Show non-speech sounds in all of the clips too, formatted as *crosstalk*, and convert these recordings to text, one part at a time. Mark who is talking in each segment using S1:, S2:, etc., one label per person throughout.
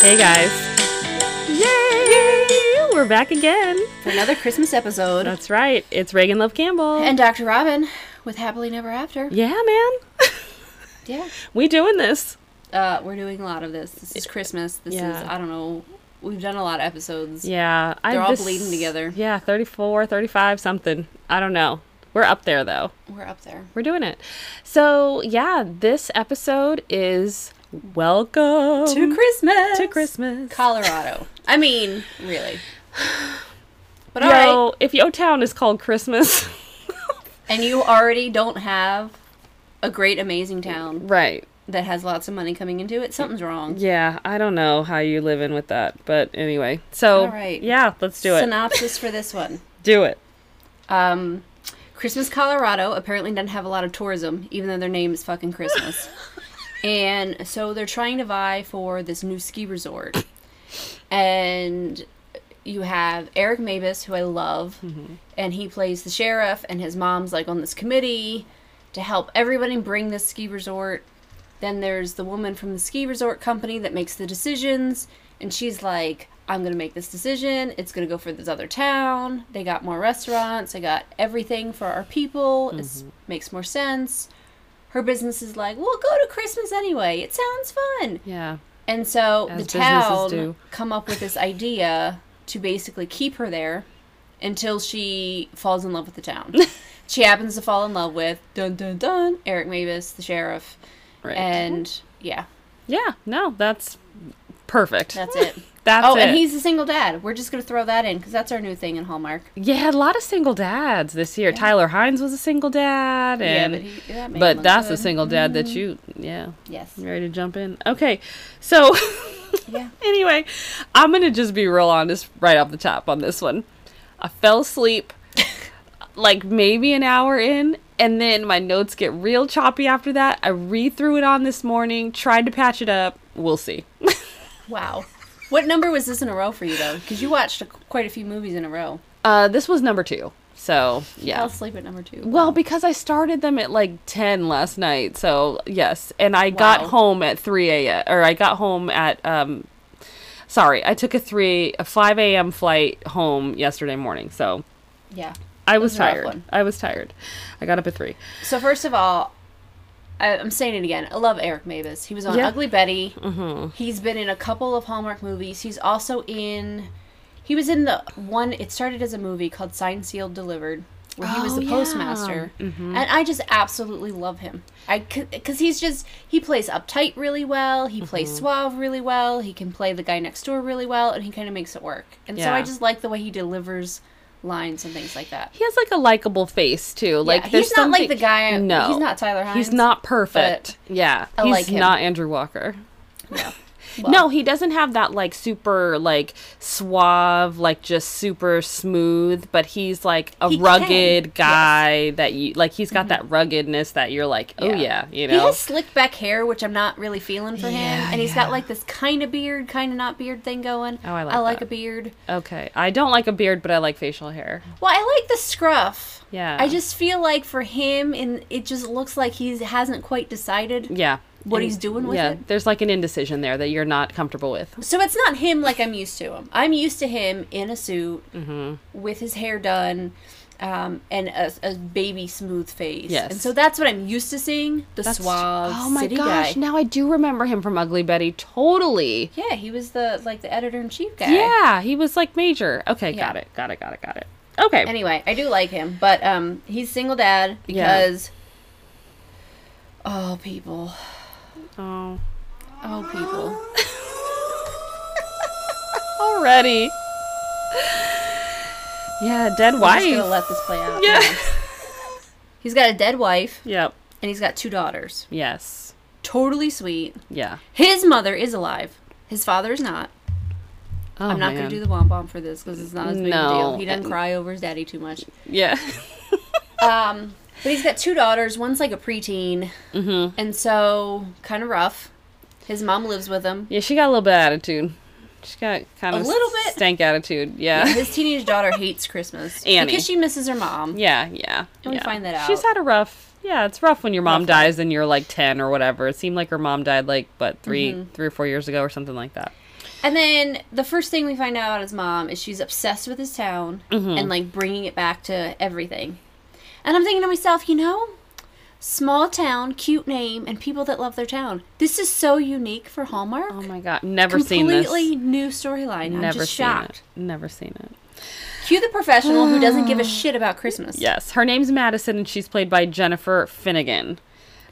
S1: Hey guys. Yay! We're back again.
S2: for another Christmas episode.
S1: That's right. It's Reagan Love Campbell.
S2: and Dr. Robin with Happily Never After.
S1: yeah, man. *laughs*
S2: Yeah.
S1: we doing this.
S2: Uh, we're doing a lot of this. This is Christmas. This is,
S1: Yeah.
S2: I don't know, we've done a lot of episodes.
S1: Yeah. I-
S2: They're all bleeding together.
S1: Yeah, 34, 35, something. I don't know. We're up there though.
S2: We're up there.
S1: We're doing it. So, yeah, this episode is Welcome
S2: To Christmas!
S1: to Christmas.
S2: Colorado. I mean,
S1: *sighs*
S2: really. But
S1: Yo,
S2: alright.
S1: if your town is called Christmas. *laughs*
S2: And you already don't have a great, amazing town
S1: right.
S2: that has lots of money coming into it. Something's wrong.
S1: Yeah, I don't know how you live in with that, but anyway. So,
S2: All right.
S1: yeah, let's do it.
S2: Synopsis for this one.
S1: do it.
S2: Um, Christmas, Colorado apparently doesn't have a lot of tourism, even though their name is fucking Christmas. and so they're trying to vie for this new ski resort. And you have Eric Mabus, who I love, and he plays the sheriff, and his mom's like on this committee to help everybody bring this ski resort. Then there's the woman from the ski resort company that makes the decisions, and she's like, I'm gonna make this decision. It's gonna go for this other town. They got more restaurants. They got everything for our people. It's It makes more sense. Her business is like, we'll go to Christmas anyway. It sounds fun.
S1: Yeah.
S2: And so
S1: As
S2: the
S1: businesses
S2: town
S1: do.
S2: come up with this idea to basically keep her there until she falls in love with
S1: *laughs*
S2: the town. she happens to fall in love with dun dun dun Eric Mavis, the sheriff,
S1: Right.
S2: and yeah,
S1: yeah, no, that's perfect.
S2: that's it.
S1: *laughs* That's
S2: oh,
S1: it.
S2: and he's a single dad. We're just gonna throw that in because that's our new thing in Hallmark.
S1: yeah, a lot of single dads this year. Tyler Hines was a single dad, and
S2: yeah, but, he, that man
S1: but
S2: looks
S1: that's a
S2: good. Mm-hmm.
S1: single dad that you yeah.
S2: Yes.
S1: You ready to jump in? Okay, so *laughs*
S2: Yeah.
S1: anyway, I'm gonna just be real honest right off the top on this one. I fell
S2: *laughs*
S1: asleep like maybe an hour in, and then my notes get real choppy after that. I re threw it on this morning, tried to patch it up. We'll see.
S2: Wow. What number was this in a row for you though? Because you watched a, quite a few movies in a row.
S1: Uh, this was number two, so yeah.
S2: I'll sleep at number two.
S1: Well, because I started them at like ten last night, so yes, and I got
S2: Wow.
S1: home at three a.m. or I got home at um, sorry, I took a three a five a.m. flight home yesterday morning, so
S2: yeah.
S1: I was
S2: was a rough
S1: tired.
S2: one.
S1: I was tired. I got up at three.
S2: So first of all, I, I'm saying it again. I love Eric Mabus. He was on
S1: Yeah. Mm-hmm.
S2: Ugly Betty. He's been in a couple of Hallmark movies. He's also in. He was in the one. It started as a movie called Sign Sealed Delivered, where he was
S1: Oh,
S2: the
S1: yeah. Mm-hmm.
S2: postmaster, and I just absolutely love him. I because he's just he plays uptight really well. He plays
S1: Mm-hmm.
S2: suave really well. He can play the guy next door really well, and he kind of makes it work. And so I
S1: Yeah.
S2: just like the way he delivers lines and things like that.
S1: He has like a likable face too. Like
S2: he's
S1: there's
S2: not like
S1: something-
S2: the guy-
S1: No,
S2: he's not Tyler
S1: He's
S2: Hines,
S1: not perfect. Yeah,
S2: I
S1: he's
S2: like him.
S1: not Andrew Walker.
S2: Yeah.
S1: *laughs* no, he doesn't have that like super like suave, like just super smooth, but he's like a
S2: He can,
S1: rugged guy that you like he's got that ruggedness that you're like, oh Mm-hmm. yeah, you know.
S2: He has slick back hair, which I'm not really feeling for
S1: Yeah,
S2: him, and he's
S1: yeah.
S2: got like this kind of beard, kind of not beard thing going.
S1: Oh, I like
S2: I like
S1: that.
S2: a beard.
S1: okay. I don't like a beard, but I like facial hair.
S2: Well, I like the scruff.
S1: Yeah.
S2: I just feel like for him, and it just looks like he hasn't quite decided.
S1: Yeah.
S2: What he's doing with
S1: yeah,
S2: it?
S1: there's like an indecision there that you're not comfortable with.
S2: So it's not him like I'm used to him. I'm used to him in a suit
S1: Mm-hmm.
S2: with his hair done. Um, and a, a baby smooth face.
S1: Yes.
S2: And so that's what I'm used to seeing. The suave
S1: Oh my
S2: city
S1: gosh,
S2: guy.
S1: now I do remember him from Ugly Betty. Totally.
S2: Yeah, he was the like the editor in chief guy.
S1: Yeah, he was like major. Okay,
S2: Yeah.
S1: got it. Got it. Got it. Got it. Okay.
S2: anyway, I do like him, but um, he's single dad
S1: Yeah.
S2: because. Oh people!
S1: oh.
S2: Oh people!
S1: *laughs* already. Yeah, dead *laughs*
S2: I'm just gonna
S1: wife.
S2: let this play out.
S1: Yeah.
S2: He's got a dead wife
S1: yep.
S2: and he's got two daughters.
S1: Yes.
S2: Totally sweet.
S1: Yeah.
S2: His mother is alive. His father is not.
S1: Oh,
S2: I'm not gonna do the bomb bomb for this because it's not as big a
S1: No.
S2: deal. He doesn't cry over his daddy too much.
S1: Yeah. *laughs*
S2: Um, but he's got two daughters. One's like a preteen,
S1: mhm.
S2: and so kind of rough. His mom lives with him.
S1: Yeah, she got a little bit of attitude. She got kind
S2: A
S1: of
S2: little bit?
S1: stank attitude. Yeah.
S2: His teenage daughter hates
S1: *laughs*
S2: Christmas
S1: Annie.
S2: because she misses her
S1: *laughs*
S2: mom.
S1: Yeah. Yeah.
S2: And we
S1: yeah.
S2: find that
S1: She's
S2: out.
S1: had a rough. Yeah, it's rough when your mom
S2: Rough life.
S1: dies
S2: Mm-hmm.
S1: and you're like ten or whatever. It seemed like her mom died like but 3 three or four years ago or something like that.
S2: And then the first thing we find out about his mom is she's obsessed with his town
S1: Mm-hmm.
S2: and like bringing it back to everything. And I'm thinking to myself, you know, small town, cute name, and people that love their town. This is so unique for Hallmark.
S1: Oh my god, never seen this.
S2: Completely new storyline. I'm
S1: Never
S2: just
S1: seen
S2: shocked.
S1: it. Never seen it.
S2: Cue the professional who doesn't
S1: *sighs*
S2: give a shit about Christmas.
S1: Yes, her name's Madison, and she's played by Jennifer Finnegan.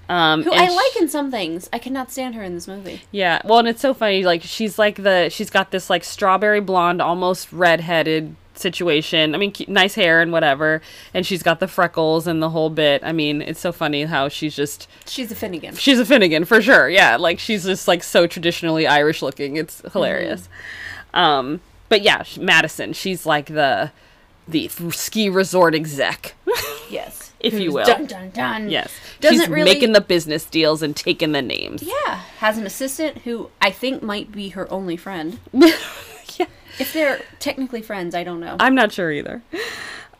S1: Um,
S2: Who
S1: and
S2: I
S1: sh-
S2: like in some things. I cannot stand her in this movie.
S1: Yeah. Well, and it's so funny. Like she's like the she's got this like strawberry blonde, almost redheaded situation. I mean, cu- nice hair and whatever, and she's got the freckles and the whole bit. I mean, it's so funny how she's just
S2: She's a
S1: *laughs*
S2: Finnegan.
S1: she's a Finnegan for sure. Yeah, like she's just like so traditionally Irish looking. It's hilarious.
S2: Mm-hmm.
S1: Um, but yeah, sh- Madison. She's like the the ski resort exec.
S2: Yes.
S1: If you
S2: Who's
S1: will.
S2: Dun dun dun.
S1: Yes.
S2: Doesn't
S1: She's
S2: really-
S1: making the business deals and taking the names.
S2: Yeah. Has an assistant who I think might be her only friend.
S1: *laughs* Yeah.
S2: If they're technically friends, I don't know.
S1: I'm not sure either.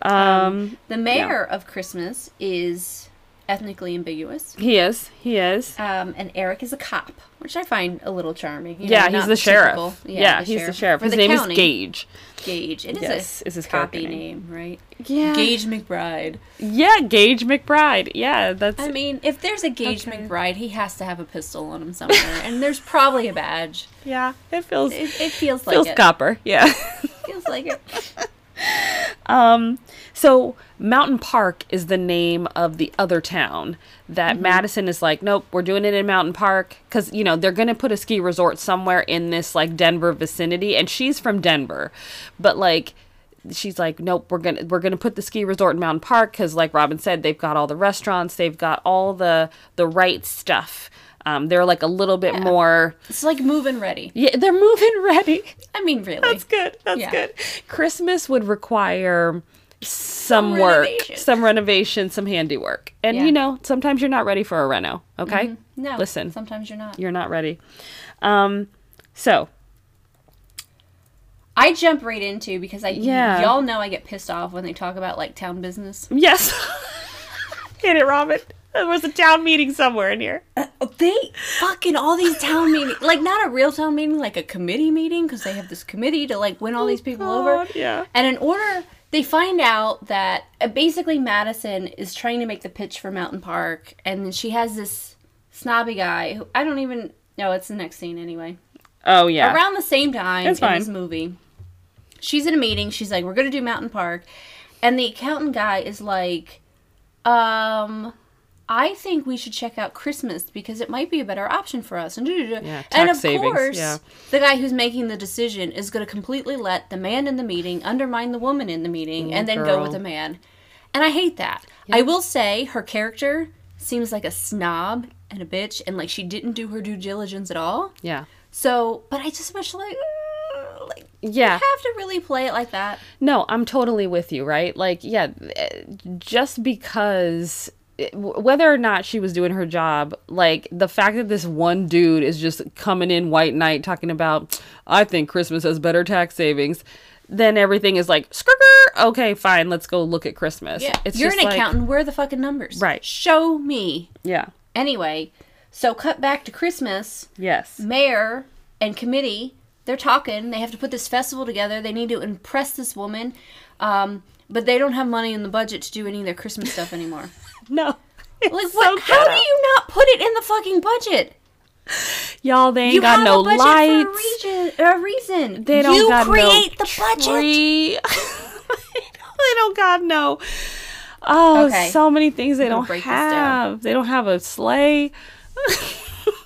S1: Um,
S2: The mayor of Christmas is ethnically ambiguous.
S1: he is. He is.
S2: Um, and Eric is a cop, which I find a little charming. you know,
S1: yeah, he's
S2: not
S1: the
S2: typical-
S1: sheriff. Yeah, he's the sheriff.
S2: For
S1: His
S2: the
S1: name
S2: county,
S1: is Gage.
S2: Gage. It is
S1: Yes,
S2: a
S1: is his character
S2: copy
S1: name.
S2: name, right?
S1: Yeah. Gage.
S2: Gage McBride.
S1: Yeah, Gage McBride. Yeah, that's.
S2: I mean, if there's a Gage
S1: Okay.
S2: McBride, he has to have a pistol on him somewhere, and there's probably a badge.
S1: yeah, it feels
S2: It, it feels like
S1: feels
S2: it.
S1: copper. Yeah. *laughs*
S2: Feels like it.
S1: um. So Mountain Park is the name of the other town that Madison is like, nope, we're doing it in Mountain Park because you know they're gonna put a ski resort somewhere in this like Denver vicinity, and she's from Denver, but like she's like nope we're gonna we're gonna put the ski resort in mountain park because like robin said they've got all the restaurants they've got all the the right stuff um, they're like a little bit more
S2: It's like moving ready.
S1: yeah they're moving ready
S2: I mean, really.
S1: that's good that's
S2: Yeah.
S1: good christmas would require some, work
S2: renovation.
S1: some renovation some handiwork and
S2: Yeah. Mm-hmm.
S1: you know sometimes you're not ready for a reno okay
S2: No.
S1: listen
S2: Sometimes you're not.
S1: you're not ready um so
S2: I jump right into because I
S1: Yeah.
S2: y'all know I get pissed off when they talk about like town business.
S1: yes *laughs* hit it robin there was a town meeting somewhere in here
S2: They fucking all these town meetings, like not a real town meeting, like a committee meeting because they have this committee to like win all these people over.
S1: God, Oh, yeah.
S2: And in order, they find out that uh, basically Madison is trying to make the pitch for Mountain Park, and she has this snobby guy who I don't even. No, it's the next scene anyway.
S1: Oh yeah.
S2: around the same time
S1: It's
S2: in
S1: fine.
S2: this movie. She's in a meeting. She's like, "We're gonna do Mountain Park," and the accountant guy is like, "Um, I think we should check out Christmas because it might be a better option for us." And,
S1: Yeah,
S2: and
S1: tax
S2: of
S1: savings,
S2: course,
S1: yeah.
S2: the guy who's making the decision is gonna completely let the man in the meeting undermine the woman in the meeting, and then go
S1: Mm, girl.
S2: with the man. And I hate that. I will say her character seems like a snob and a bitch, and like she didn't do her due diligence at all.
S1: yeah.
S2: So, but I just wish like, uh, like you
S1: Yeah.
S2: have to really play it like that.
S1: No, I'm totally with you, right? Like, yeah, eh, just because eh, w- whether or not she was doing her job, like the fact that this one dude is just coming in white knight talking about, I think Christmas has better tax savings, then everything is like, "Skrrr, okay, fine, let's go look at Christmas. It's
S2: you're
S1: just
S2: an
S1: like-
S2: accountant. Where are the fucking numbers?
S1: Right.
S2: Show me.
S1: Yeah.
S2: Anyway, so cut back to Christmas.
S1: Yes.
S2: Mayor and committee, they're talking. They have to put this festival together. They need to impress this woman, um, but they don't have money in the budget to do any of their Christmas
S1: *laughs*
S2: stuff anymore.
S1: No.
S2: Like,
S1: It's so
S2: what? How
S1: ghetto.
S2: do you not put it in the fucking budget?
S1: Y'all, they ain't
S2: You
S1: got
S2: have
S1: no
S2: a budget
S1: lights.
S2: for a, region, a reason.
S1: They don't
S2: you
S1: got no
S2: create the budget.
S1: tree. *laughs* they don't got no. Oh,
S2: Okay.
S1: so many things they don't
S2: break this down.
S1: have. They don't have a sleigh.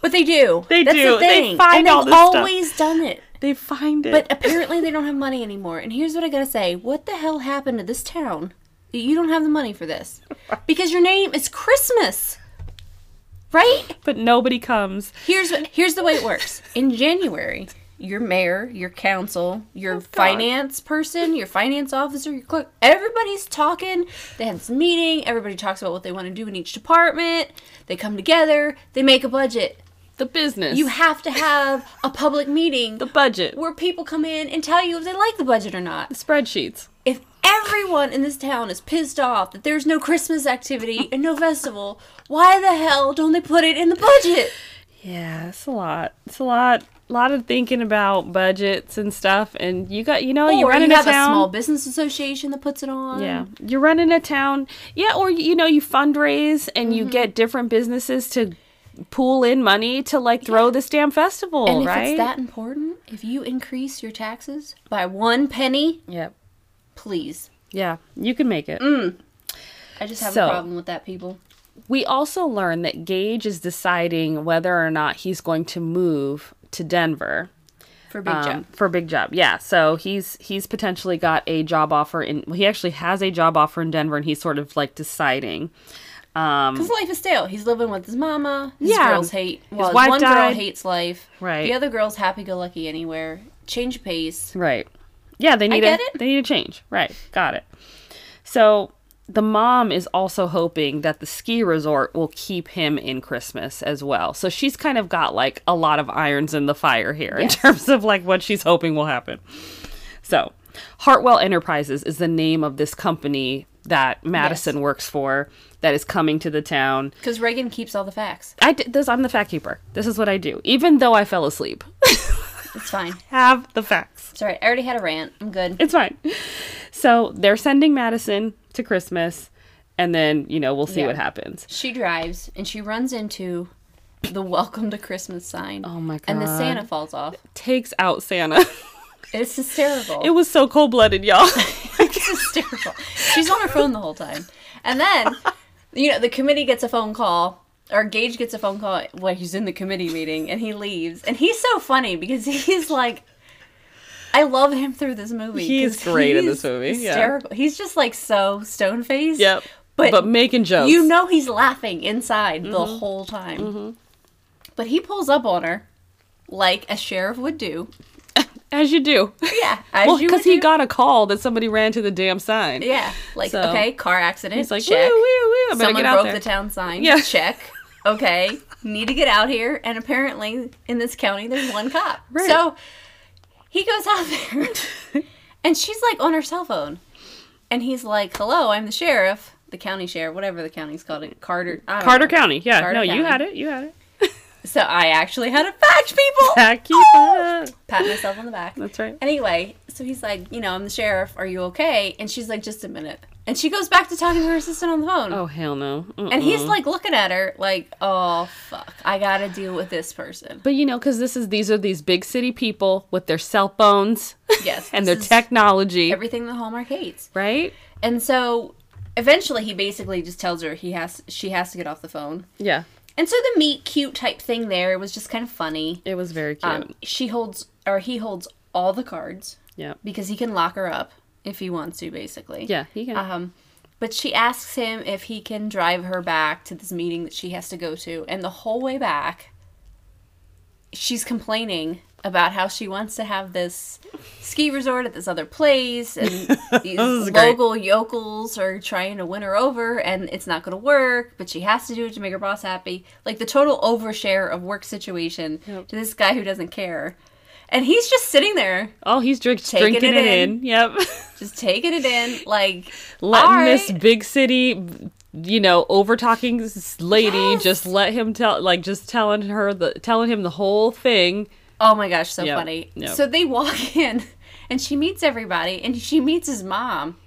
S2: But they do.
S1: They
S2: That's
S1: do.
S2: The
S1: They
S2: thing.
S1: find
S2: and
S1: all
S2: they've
S1: this stuff.
S2: always done it.
S1: they find it.
S2: But uh, apparently they don't have money anymore. And here's what I gotta say: What the hell happened to this town? that You don't have the money for
S1: *laughs*
S2: this because your name is Christmas, right?
S1: but nobody comes.
S2: Here's what, here's the way it works. In January, your mayor, your council, your
S1: Oh,
S2: finance person, your finance officer, your clerk, everybody's talking. They have this meeting. Everybody talks about what they want to do in each department. They come together. They make a budget.
S1: The business.
S2: You have to have a public meeting
S1: the budget.
S2: where people come in and tell you if they like the budget or not.
S1: Spreadsheets.
S2: If everyone in this town is pissed off that there's no Christmas activity and no
S1: *laughs*
S2: festival, why the hell don't they put it in the budget?
S1: Yeah, it's a lot. It's a lot. lot of thinking about budgets and stuff, and you got you know
S2: Or
S1: you're running
S2: you
S1: a
S2: have
S1: town.
S2: a small business association that puts it on.
S1: yeah, Mm. you're running a town. Yeah, or you know you fundraise and
S2: Mm-hmm.
S1: you get different businesses to pool in money to like throw this damn festival,
S2: And if
S1: right?
S2: it's that important, if you increase your taxes by one penny,
S1: yep.
S2: please.
S1: Yeah, you can make it.
S2: Mm. I just have
S1: So-
S2: a problem with that, people.
S1: We also learn that Gage is deciding whether or not he's going to move to Denver.
S2: For big
S1: um,
S2: job.
S1: for big job yeah so he's he's potentially got a job offer in well, he actually has a job offer in denver and he's sort of like deciding um
S2: His life is stale. He's living with his mama. His
S1: Yeah.
S2: girls hate. Well, his
S1: wife
S2: one
S1: died.
S2: girl hates life.
S1: Right.
S2: The other girl's happy-go-lucky anywhere. Change of pace.
S1: right yeah they need a
S2: get it.
S1: they need a change right got it so the mom is also hoping that the ski resort will keep him in christmas as well so she's kind of got like a lot of irons in the fire here in terms of like what she's hoping will happen So, Hartwell Enterprises is the name of this company that Madison works for that is coming to the town.
S2: Because Reagan keeps all the facts.
S1: I did this. I'm the fact keeper. This is what I do. Even though I fell asleep, *laughs*
S2: It's fine.
S1: have the facts.
S2: Sorry, I already had a rant. I'm good.
S1: It's fine. So they're sending Madison to Christmas, and then you know we'll see
S2: Yeah.
S1: what happens.
S2: She drives and she runs into the welcome to Christmas sign.
S1: Oh my
S2: And the
S1: God.
S2: Santa falls off.
S1: Takes out Santa. *laughs*
S2: It's hysterical.
S1: it was so cold blooded,
S2: *laughs*
S1: y'all.
S2: It's hysterical. She's on her phone the whole time. And then, you know, the committee gets a phone call, or Gage gets a phone call when he's in the committee meeting, and he leaves. And he's so funny because *laughs* he's like, I love him through this movie.
S1: He is
S2: 'cause
S1: great in this
S2: he's
S1: movie, yeah.
S2: Hysterical. He's just like so stone faced.
S1: yep. But, Mm-hmm.
S2: But,
S1: making jokes.
S2: you know he's laughing inside the whole time. But he pulls up on her like a sheriff would do.
S1: as you do. *laughs*
S2: Yeah. as
S1: well,
S2: you would
S1: because he
S2: do.
S1: got a call that somebody ran to the damn sign.
S2: Yeah. Like,
S1: So-
S2: okay, car accident.
S1: He's like,
S2: check.
S1: woo, woo, woo. I better
S2: Someone
S1: get out
S2: broke
S1: there.
S2: the town sign.
S1: Yeah.
S2: Check. Okay. Need to get out here. And apparently, in this county, there's
S1: *laughs*
S2: one cop. So he goes out there, *laughs* and she's like on her cell phone, and he's like, "Hello, I'm the sheriff, the county sheriff, whatever the county's called, it, Carter." I don't
S1: Carter
S2: know.
S1: County. Yeah,
S2: Carter
S1: no, you
S2: County.
S1: had it. You had it.
S2: So I actually had a fact,
S1: *laughs*
S2: people.
S1: Back you up.
S2: Pat myself on the back.
S1: That's right.
S2: Anyway, so he's like, "You know, I'm the sheriff. Are you okay?" And she's like, "Just a minute." And she goes back to talking to her assistant on the phone.
S1: Oh hell no. Mm-mm.
S2: And he's like looking at her like, oh fuck, I gotta deal with this person.
S1: but you know, because this is these are these big city people with their cell phones
S2: Yes.
S1: *laughs* and
S2: this
S1: their
S2: is
S1: technology,
S2: Everything the Hallmark hates.
S1: right?
S2: And so eventually he basically just tells her he has she has to get off the phone.
S1: Yeah,
S2: And so the meet cute type thing there was just kind of funny.
S1: it was very cute.
S2: Um, she holds or he holds all the cards
S1: yeah,
S2: because he can lock her up if he wants to, basically.
S1: yeah, he can.
S2: Um, but she asks him if he can drive her back to this meeting that she has to go to. And the whole way back, she's complaining about how she wants to have this ski resort at this other place.
S1: *laughs*
S2: And these
S1: is great.
S2: local yokels are trying to win her over, and it's not going to work. But she has to do it to make her boss happy. Like the total overshare of work situation to this guy who doesn't care. And he's just sitting there,
S1: oh, he's drink,
S2: taking
S1: drinking it,
S2: it
S1: in.
S2: in.
S1: Yep, *laughs*
S2: just taking it in, like
S1: letting
S2: "All
S1: this
S2: right."
S1: big city, you know, over talking lady just let him tell, like, just telling her the telling him the whole thing.
S2: Oh my gosh, so
S1: Yep,
S2: funny.
S1: yep.
S2: So they walk *laughs* in and she meets everybody and she meets his mom.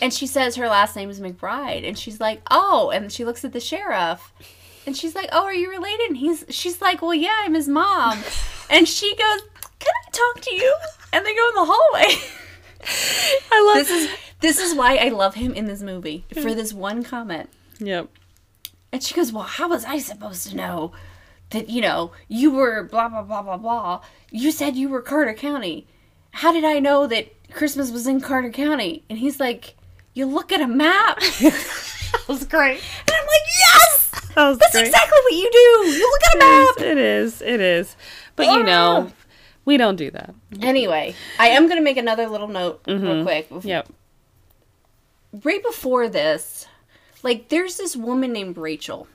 S2: And she says her last name is McBride and she's like, "Oh." And she looks at the sheriff and she's like, "Oh, are you related?" And he's she's like, "Well, yeah, I'm his mom."
S1: *laughs*
S2: and she goes, "Can I talk to you?" And they go in the hallway. *laughs*
S1: I love Hmm.
S2: this is this is why I love him in this movie for this one comment.
S1: Yep.
S2: And she goes, Well, how was I supposed to know that, you know, you were blah, blah, blah, blah, blah? You said you were Carter County. How did I know that Christmas was in Carter County? And he's like, You look at a map. and
S1: *laughs* That was great.
S2: I'm like, Yes!
S1: That was
S2: That's
S1: great.
S2: exactly what you do. You look at a
S1: It is,
S2: map.
S1: it is. It is. But you know, we don't do that.
S2: Anyway, I am going to make another little note real quick.
S1: Mm-hmm. Yep.
S2: Right before this, like, there's this woman named Rachel,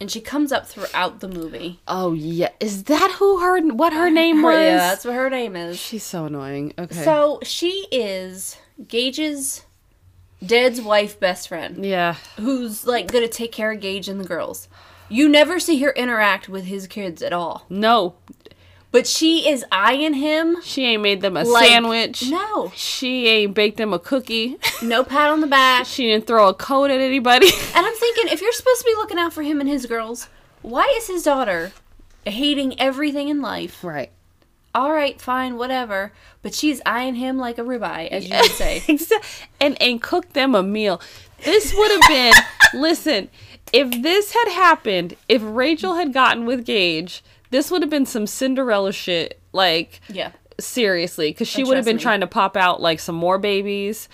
S2: and she comes up throughout the movie.
S1: Oh yeah. Is that who her what her name
S2: Her-
S1: was?
S2: yeah, that's what her name is.
S1: She's so annoying. Okay.
S2: So she is Gage's dead's wife best friend,
S1: yeah.
S2: who's like gonna take care of Gage and the girls. You never see her interact with his kids at all.
S1: No.
S2: But she is eyeing him.
S1: She ain't made them a
S2: like-
S1: sandwich.
S2: No.
S1: She ain't baked them a cookie.
S2: No pat on the back.
S1: she didn't throw a coat at anybody.
S2: And I'm thinking, if you're supposed to be looking out for him and his girls, why is his daughter hating everything in life?
S1: Right.
S2: All right, fine, whatever. But she's eyeing him like a ribeye, as you would
S1: *laughs*
S2: say.
S1: Exa- and and cook them a meal. This would have been
S2: *laughs*
S1: listen, if this had happened, if Rachel had gotten with Gage, this would have been some Cinderella shit. Like
S2: yeah.
S1: seriously, because she
S2: Oh,
S1: would have
S2: trust
S1: been
S2: me.
S1: trying to pop out like some more babies,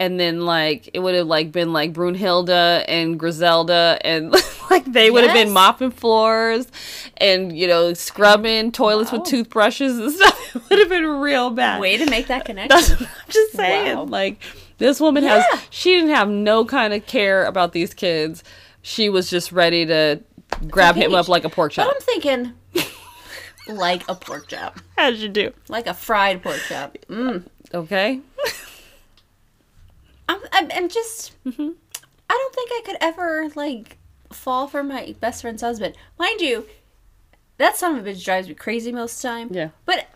S1: and then like it would have like been like Brunhilda and Griselda, and *laughs* like they would have been
S2: Yes.
S1: mopping floors, and you know scrubbing toilets
S2: Wow.
S1: with toothbrushes and *laughs* stuff. It would have been real bad.
S2: Way to make that
S1: That's
S2: *laughs* connection.
S1: what I'm just saying.
S2: Wow.
S1: Like this woman
S2: Yeah.
S1: has she didn't have no kind of care about these kids. She was just ready to grab him
S2: Engaged.
S1: up like a pork
S2: But
S1: chop.
S2: I'm thinking, like a pork chop,
S1: As you do.
S2: like a fried pork chop. Mm.
S1: Okay?
S2: I'm, I'm, I'm just.
S1: Mm-hmm.
S2: I don't think I could ever like fall for my best friend's husband, mind you. That son of a bitch drives me crazy most of the time.
S1: Yeah. Mm-hmm.
S2: But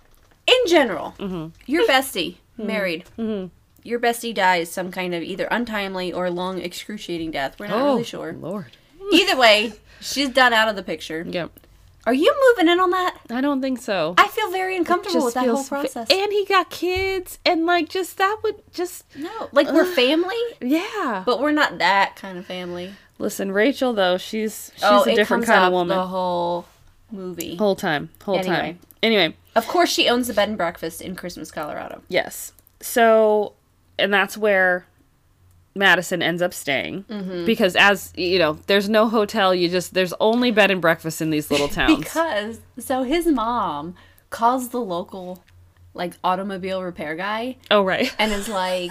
S2: in general, your
S1: *laughs*
S2: bestie married. Your bestie dies some kind of either untimely or long excruciating death. We're not
S1: Oh.
S2: really sure.
S1: Lord.
S2: Either way, she's done out of the picture.
S1: Yep.
S2: Are you moving in on that?
S1: I don't think so.
S2: I feel very uncomfortable with
S1: Just
S2: that whole
S1: feels fa-
S2: process.
S1: and he got kids and like just that would just
S2: no, like we're family,
S1: yeah.
S2: but we're not that kind of family.
S1: Listen, Rachel though, she's she's
S2: oh,
S1: a
S2: it
S1: different
S2: comes
S1: kind
S2: up
S1: of woman.
S2: the whole movie.
S1: whole time. Whole
S2: Anyway.
S1: time. Anyway.
S2: Of course, she owns the bed and breakfast in Christmas, Colorado.
S1: Yes. So, and that's where Madison ends up staying
S2: Mm-hmm.
S1: because, as you know, there's no hotel. You just there's only bed and breakfast in these
S2: *laughs*
S1: little towns.
S2: Because so his mom calls the local like automobile repair guy
S1: oh right,
S2: and is like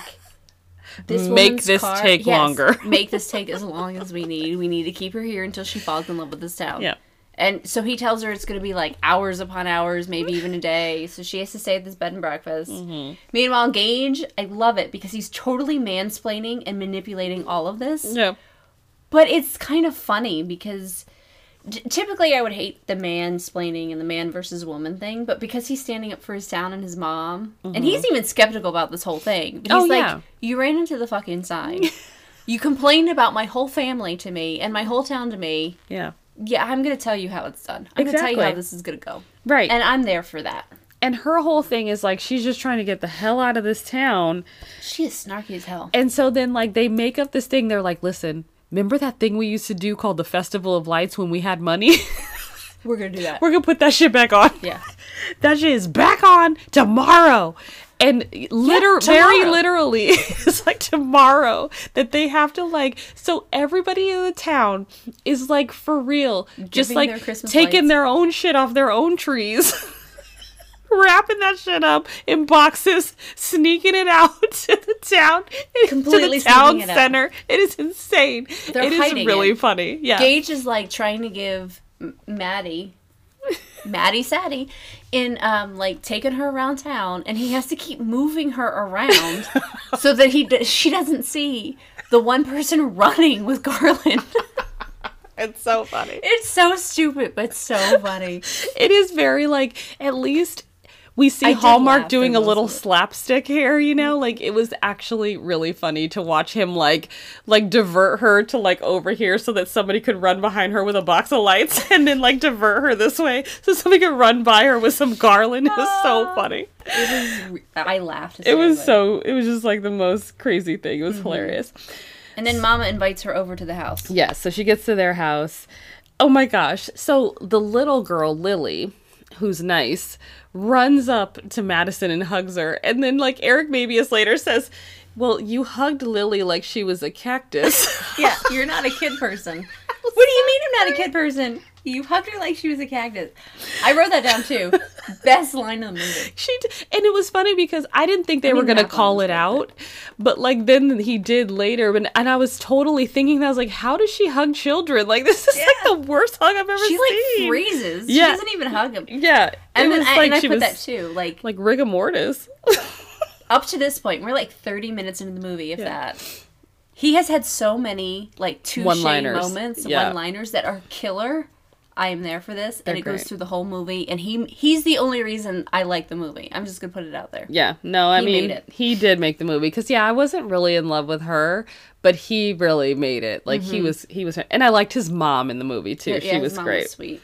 S2: this
S1: Make
S2: woman's
S1: this
S2: car-
S1: take
S2: Yes,
S1: longer.
S2: make
S1: *laughs*
S2: this take as long as we need. We need to keep her here until she falls in love with this
S1: *laughs*
S2: town.
S1: Yeah.
S2: And so he tells her it's going to be like hours upon hours, maybe even a day. So she has to stay at this bed and breakfast.
S1: Mm-hmm.
S2: Meanwhile, Gage, I love it because he's totally mansplaining and manipulating all of this.
S1: yeah,
S2: But it's kind of funny because t- typically I would hate the mansplaining and the man versus woman thing, but because he's standing up for his town and his mom, and he's even skeptical about this whole thing. But he's
S1: Mm-hmm. Oh,
S2: like,
S1: yeah.
S2: "You ran into the fucking
S1: *laughs*
S2: sign. you complained about my whole family to me and my whole town to me.
S1: yeah,
S2: Yeah, I'm gonna tell you how it's done. I'm gonna tell you how
S1: Exactly.
S2: this is gonna go,
S1: right.
S2: and
S1: And,
S2: I'm there for that."
S1: her whole thing is like she's just trying to get the hell out of this town.
S2: She is snarky as hell.
S1: And so then like they make up this thing. They're like, listen. Remember that thing we used to do called the Festival of Lights when we had money? *laughs*
S2: We're gonna do that.
S1: We're gonna put that shit back on.
S2: yeah.
S1: that shit is back on tomorrow and liter- very
S2: tomorrow.
S1: literally *laughs* it's like tomorrow that they have to like so everybody in the town is like for real just
S2: Giving their
S1: like
S2: Christmas
S1: taking
S2: lights.
S1: their own shit off their own trees *laughs* wrapping that shit up in boxes sneaking it out *laughs* to the town
S2: Completely
S1: to the town
S2: sneaking it out.
S1: center it is insane
S2: They're
S1: It is
S2: hiding
S1: really
S2: it.
S1: funny yeah
S2: Gage is like trying to give M- Maddie, Maddie Sadie, in um like taking her around town, and he has to keep moving her around so that he d- she doesn't see the one person running with Garland. *laughs*
S1: it's so funny
S2: it's so stupid, but so funny.
S1: It is very like at least we see
S2: I did laugh
S1: Hallmark doing
S2: in
S1: a
S2: those
S1: little
S2: little-
S1: slapstick here, you know? Like it was actually really funny to watch him like like divert her to like over here so that somebody could run behind her with a box of lights *laughs* and then like divert her this way so somebody could run by her with some garland. It was
S2: Ah.
S1: so funny.
S2: It was re- I laughed.
S1: It was so it was just like the most crazy thing. It was
S2: Mm-hmm.
S1: hilarious.
S2: And then Mama invites her over to the house.
S1: Yes, so she gets to their house. Oh my gosh. So the little girl, Lily, who's nice, runs up to Madison and hugs her. And then, like, Eric Mabius later says, Well, you hugged Lily like she was a cactus. *laughs*
S2: *laughs* Yeah, you're not a kid person. What do you mean I'm not a kid person? You hugged her like she was a cactus. I wrote that
S1: *laughs*
S2: down too. Best line of the movie.
S1: she d- and it was funny because I didn't think they were
S2: mean,
S1: gonna
S2: that one
S1: call
S2: was
S1: it
S2: worth
S1: out, but like then he did later, and and I was totally thinking that I was like, how does she hug children? Like this is like the worst hug I've ever
S2: She
S1: seen.
S2: like freezes. She
S1: Yeah.
S2: doesn't even hug him.
S1: yeah, it
S2: And then
S1: was
S2: I,
S1: like
S2: and I
S1: she
S2: put
S1: was
S2: that too. Like,
S1: like rigor mortis. *laughs*
S2: up to this point, we're like 30 minutes into the movie, if that. He has had so many like two shame
S1: One-liners.
S2: moments,
S1: Yeah.
S2: one liners that are killer. I am there for this,
S1: They're
S2: and it goes
S1: great.
S2: through the whole movie. And he he's the only reason I like the movie. I'm just gonna put it out there.
S1: Yeah, no, I
S2: He made
S1: mean,
S2: it.
S1: he did make the movie because yeah, I wasn't really in love with her, but he really made it. Like he was, he was, and I liked his mom in the movie too.
S2: Yeah,
S1: she
S2: his
S1: was
S2: Mm-hmm. mom
S1: great.
S2: sweet.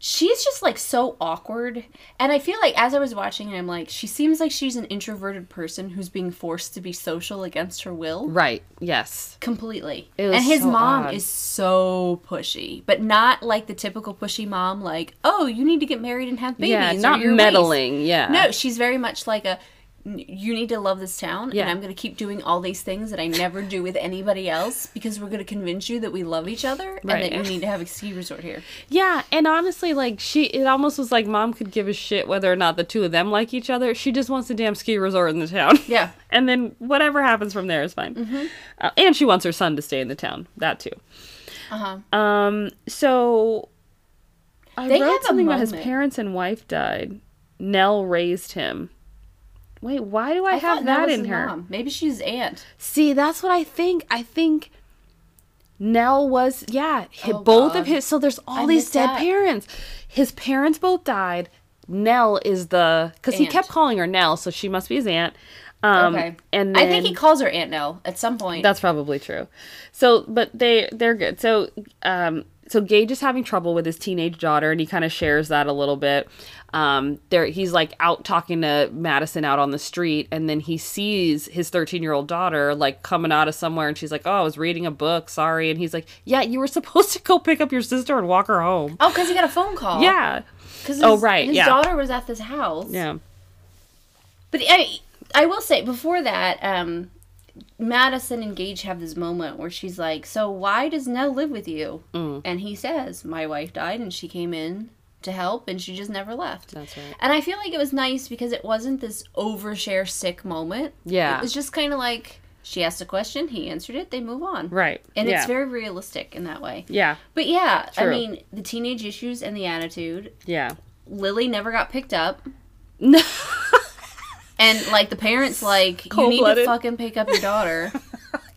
S2: She's just like so awkward, and I feel like as I was watching it, I'm like, she seems like she's an introverted person who's being forced to be social against her will.
S1: Right? Yes.
S2: Completely.
S1: It was
S2: and his
S1: so
S2: mom
S1: odd.
S2: is so pushy, but not like the typical pushy mom, like, oh, you need to get married and have babies.
S1: yeah,
S2: or
S1: not
S2: you're waste."
S1: meddling. Yeah.
S2: No, she's very much like a you need to love this town
S1: Yeah.
S2: and I'm going to keep doing all these things that I never do with anybody else because we're going to convince you that we love each other and
S1: Right.
S2: that you need to have a ski resort here.
S1: Yeah, and honestly, like she, it almost was like mom could give a shit whether or not the two of them like each other. She just wants a damn ski resort in the town.
S2: Yeah.
S1: *laughs*
S2: Mm-hmm.
S1: and then whatever happens from there is fine. Uh, and she wants her son to stay in the town. That too.
S2: Uh-huh.
S1: Um, so I
S2: They have
S1: wrote
S2: a
S1: something about his
S2: moment.
S1: parents and wife died. Nell raised him. Wait, why do I,
S2: I
S1: have
S2: thought Nell
S1: that
S2: was
S1: in
S2: his
S1: here?
S2: mom. Maybe she's aunt.
S1: See, that's what I think. I think Nell was yeah, hi-
S2: Oh,
S1: both of
S2: God.
S1: his so there's all
S2: I
S1: these
S2: missed
S1: dead
S2: that.
S1: parents. His parents both died. Nell is the cuz he
S2: Aunt.
S1: kept calling her Nell, so she must be his aunt. Um
S2: okay.
S1: and
S2: I
S1: then-
S2: think he calls her Aunt Nell at some point.
S1: that's probably true. So, but they they're good. So, um, so Gage is having trouble with his teenage daughter, and he kind of shares that a little bit. Um, there he's like out talking to Madison out on the street, and then he sees his thirteen year old daughter like coming out of somewhere, and she's like, "Oh, I was reading a book, sorry." And he's like, "Yeah, you were supposed to go pick up your sister and walk her home."
S2: oh, because he got a phone call.
S1: Yeah,
S2: Because
S1: Oh, right,
S2: His
S1: yeah.
S2: daughter was at this house.
S1: yeah,
S2: But I, I will say before that, um, Madison and Gage have this moment where she's like, "So why does Nell live with you?"
S1: Mm.
S2: And he says, "My wife died, and she came in to help, and she just never left."
S1: that's right.
S2: And I feel like it was nice because it wasn't this overshare sick moment.
S1: Yeah.
S2: it was just kind of like she asked a question, he answered it, they move on.
S1: Right,
S2: and
S1: yeah.
S2: it's very realistic in that way.
S1: yeah,
S2: But yeah,
S1: True.
S2: I mean, the teenage issues and the attitude. *laughs*
S1: yeah.
S2: Lily never got picked up.
S1: No,
S2: And like the parents like you need to
S1: Cold-blooded.
S2: fucking pick up
S1: *laughs*
S2: your daughter.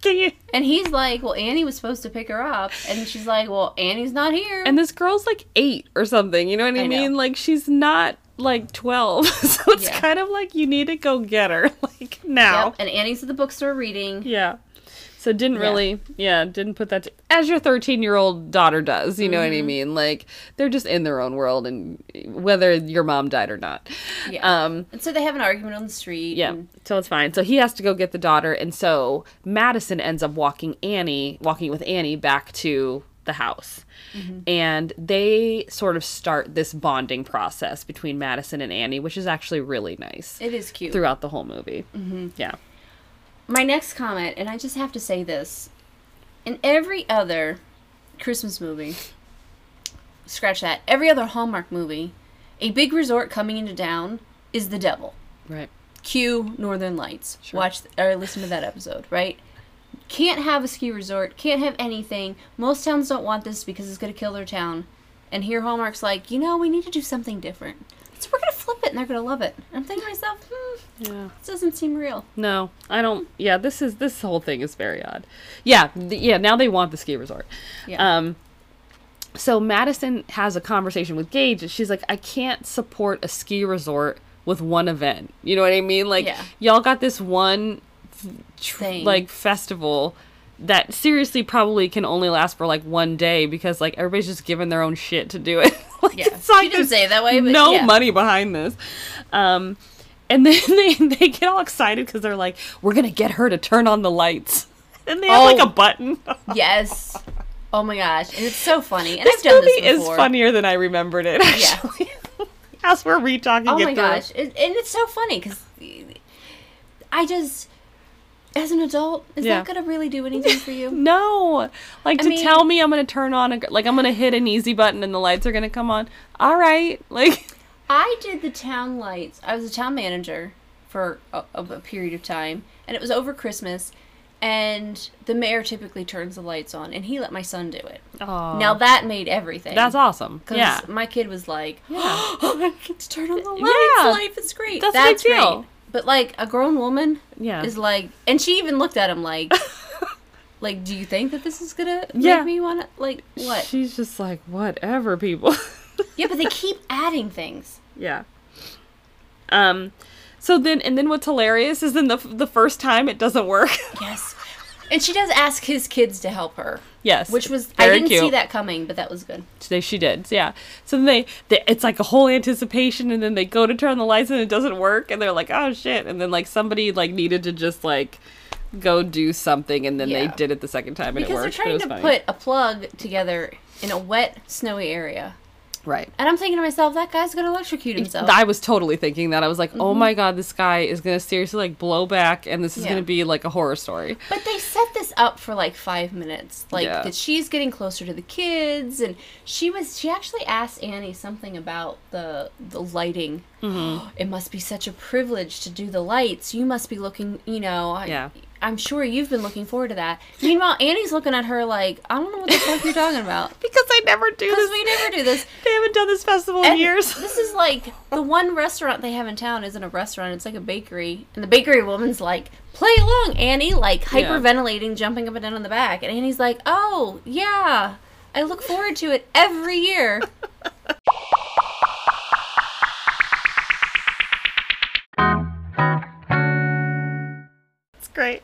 S1: can you?
S2: and he's like, "Well, Annie was supposed to pick her up." And she's like, "Well, Annie's not here."
S1: And this girl's like eight or something. You know what I,
S2: I know.
S1: mean? Like she's not like twelve, *laughs* so it's
S2: Yeah.
S1: kind of like you need to go get her *laughs* like
S2: Yep,
S1: now.
S2: and Annie's at the bookstore reading.
S1: Yeah. So didn't
S2: Yeah.
S1: really, yeah, didn't put that to, as your thirteen-year-old daughter does. You know what
S2: Mm-hmm.
S1: I mean? Like they're just in their own world, and whether your mom died or not.
S2: Yeah.
S1: Um,
S2: and so they have an argument on the street.
S1: yeah,
S2: and-
S1: so it's fine. So he has to go get the daughter, and so Madison ends up walking Annie, walking with Annie back to the house.
S2: Mm-hmm.
S1: And they sort of start this bonding process between Madison and Annie, which is actually really nice
S2: it is cute.
S1: throughout the whole movie. Mm-hmm. Yeah.
S2: My next comment, and I just have to say this: in every other Christmas movie, scratch that. Every other Hallmark movie, a big resort coming into town is the devil.
S1: Right.
S2: Cue Northern Lights.
S1: Sure.
S2: Watch or listen to that episode, right? Can't have a ski resort, can't have anything. Most towns don't want this because it's going to kill their town. And here Hallmark's like, you know, we need to do something different. So we're going to flip it and they're going to love it. And I'm thinking to myself, hmm,
S1: Yeah.
S2: this doesn't
S1: *laughs*
S2: seem real.
S1: No, I don't. Yeah, this is this whole thing is very odd. Yeah, th- yeah. Now they want the ski resort.
S2: Yeah.
S1: Um, so Madison has a conversation with Gage, and she's like, "I can't support a ski resort with one event." You know what I mean? Like,
S2: Yeah.
S1: y'all got this one, f- tr-
S2: Thing.
S1: like festival that seriously probably can only last for like one day because like everybody's just given their own shit to do it. *laughs* like,
S2: Yeah.
S1: it's not
S2: She didn't
S1: there's
S2: say it that way, but
S1: no
S2: yeah.
S1: money behind this. Um, and *laughs* then they, they get all excited because they're like, we're going to get her to turn on the lights. *laughs* And they have like
S2: Oh.
S1: a button. *laughs*
S2: yes. Oh my gosh. And it's so funny. And I've
S1: this
S2: done
S1: movie
S2: this
S1: is
S2: before.
S1: funnier than I remembered it, *laughs* actually. As we're re-talking
S2: *laughs* Oh
S1: it
S2: my
S1: through.
S2: gosh, it, and it's so funny because I just, as an adult, is
S1: Yeah.
S2: that gonna really do anything for you?
S1: No. Like
S2: I
S1: to
S2: mean-
S1: tell me I'm going to turn on, a, gr- like I'm going to hit an easy button and the lights are going to come on. All right. *laughs* Like,
S2: I did the town lights. I was a town manager for a, a, a period of time, and it was over Christmas. And the mayor typically turns the lights on, and he let my son do it.
S1: Aw.
S2: Now that made everything.
S1: that's awesome.
S2: Because
S1: Yeah.
S2: my kid was like,
S1: Yeah.
S2: *gasps* "Oh, I get to turn on the lights.
S1: Yeah.
S2: Life is great.
S1: That's a big deal.
S2: But like a grown woman
S1: Yeah. *laughs*
S2: is like, and she even looked at him like, Like, do you think that this is gonna
S1: Yeah.
S2: make me wanna like what?
S1: She's just like, whatever, people. *laughs*
S2: yeah, but they keep adding things.
S1: yeah. Um, so then, and then what's hilarious is then the, the first time it doesn't work. *laughs*
S2: Yes. And she does ask his kids to help her,
S1: yes.
S2: which was I
S1: Very
S2: didn't see
S1: cute.
S2: that coming, but that was good.
S1: They, she did, yeah. So then they, they, it's like a whole anticipation, and then they go to turn on the lights and it doesn't work, and they're like, oh shit. And then like somebody like needed to just like go do something, and then
S2: Yeah.
S1: they did it the second time and it
S2: Because they're
S1: worked. It
S2: trying
S1: was
S2: to
S1: funny.
S2: put a plug together in a wet, snowy area.
S1: right.
S2: And I'm thinking to myself, that guy's gonna electrocute himself.
S1: I was totally thinking that. I was like, oh my god, this guy is gonna seriously like blow back, and this is
S2: Mm-hmm. Yeah.
S1: gonna be like a horror story.
S2: But they set this up for like five minutes, like
S1: Yeah.
S2: that she's getting closer to the kids, and she was she actually asked Annie something about the the lighting.
S1: Mm-hmm.
S2: *gasps* it must be such a privilege to do the lights. You must be looking, you know. I,
S1: Yeah.
S2: I'm sure you've been looking forward to that. Meanwhile, Annie's looking at her like, I don't know what the fuck you're
S1: *laughs*
S2: talking about.
S1: Because I never do
S2: Because
S1: this.
S2: we never do this.
S1: They haven't done this festival in
S2: And *laughs*
S1: years.
S2: This is like the one restaurant they have in town isn't a restaurant, it's like a bakery. And the bakery woman's like, play along, Annie, like
S1: Yeah.
S2: hyperventilating, jumping up and down on the back. And Annie's like, oh, yeah, I look forward to it every year.
S1: It's great.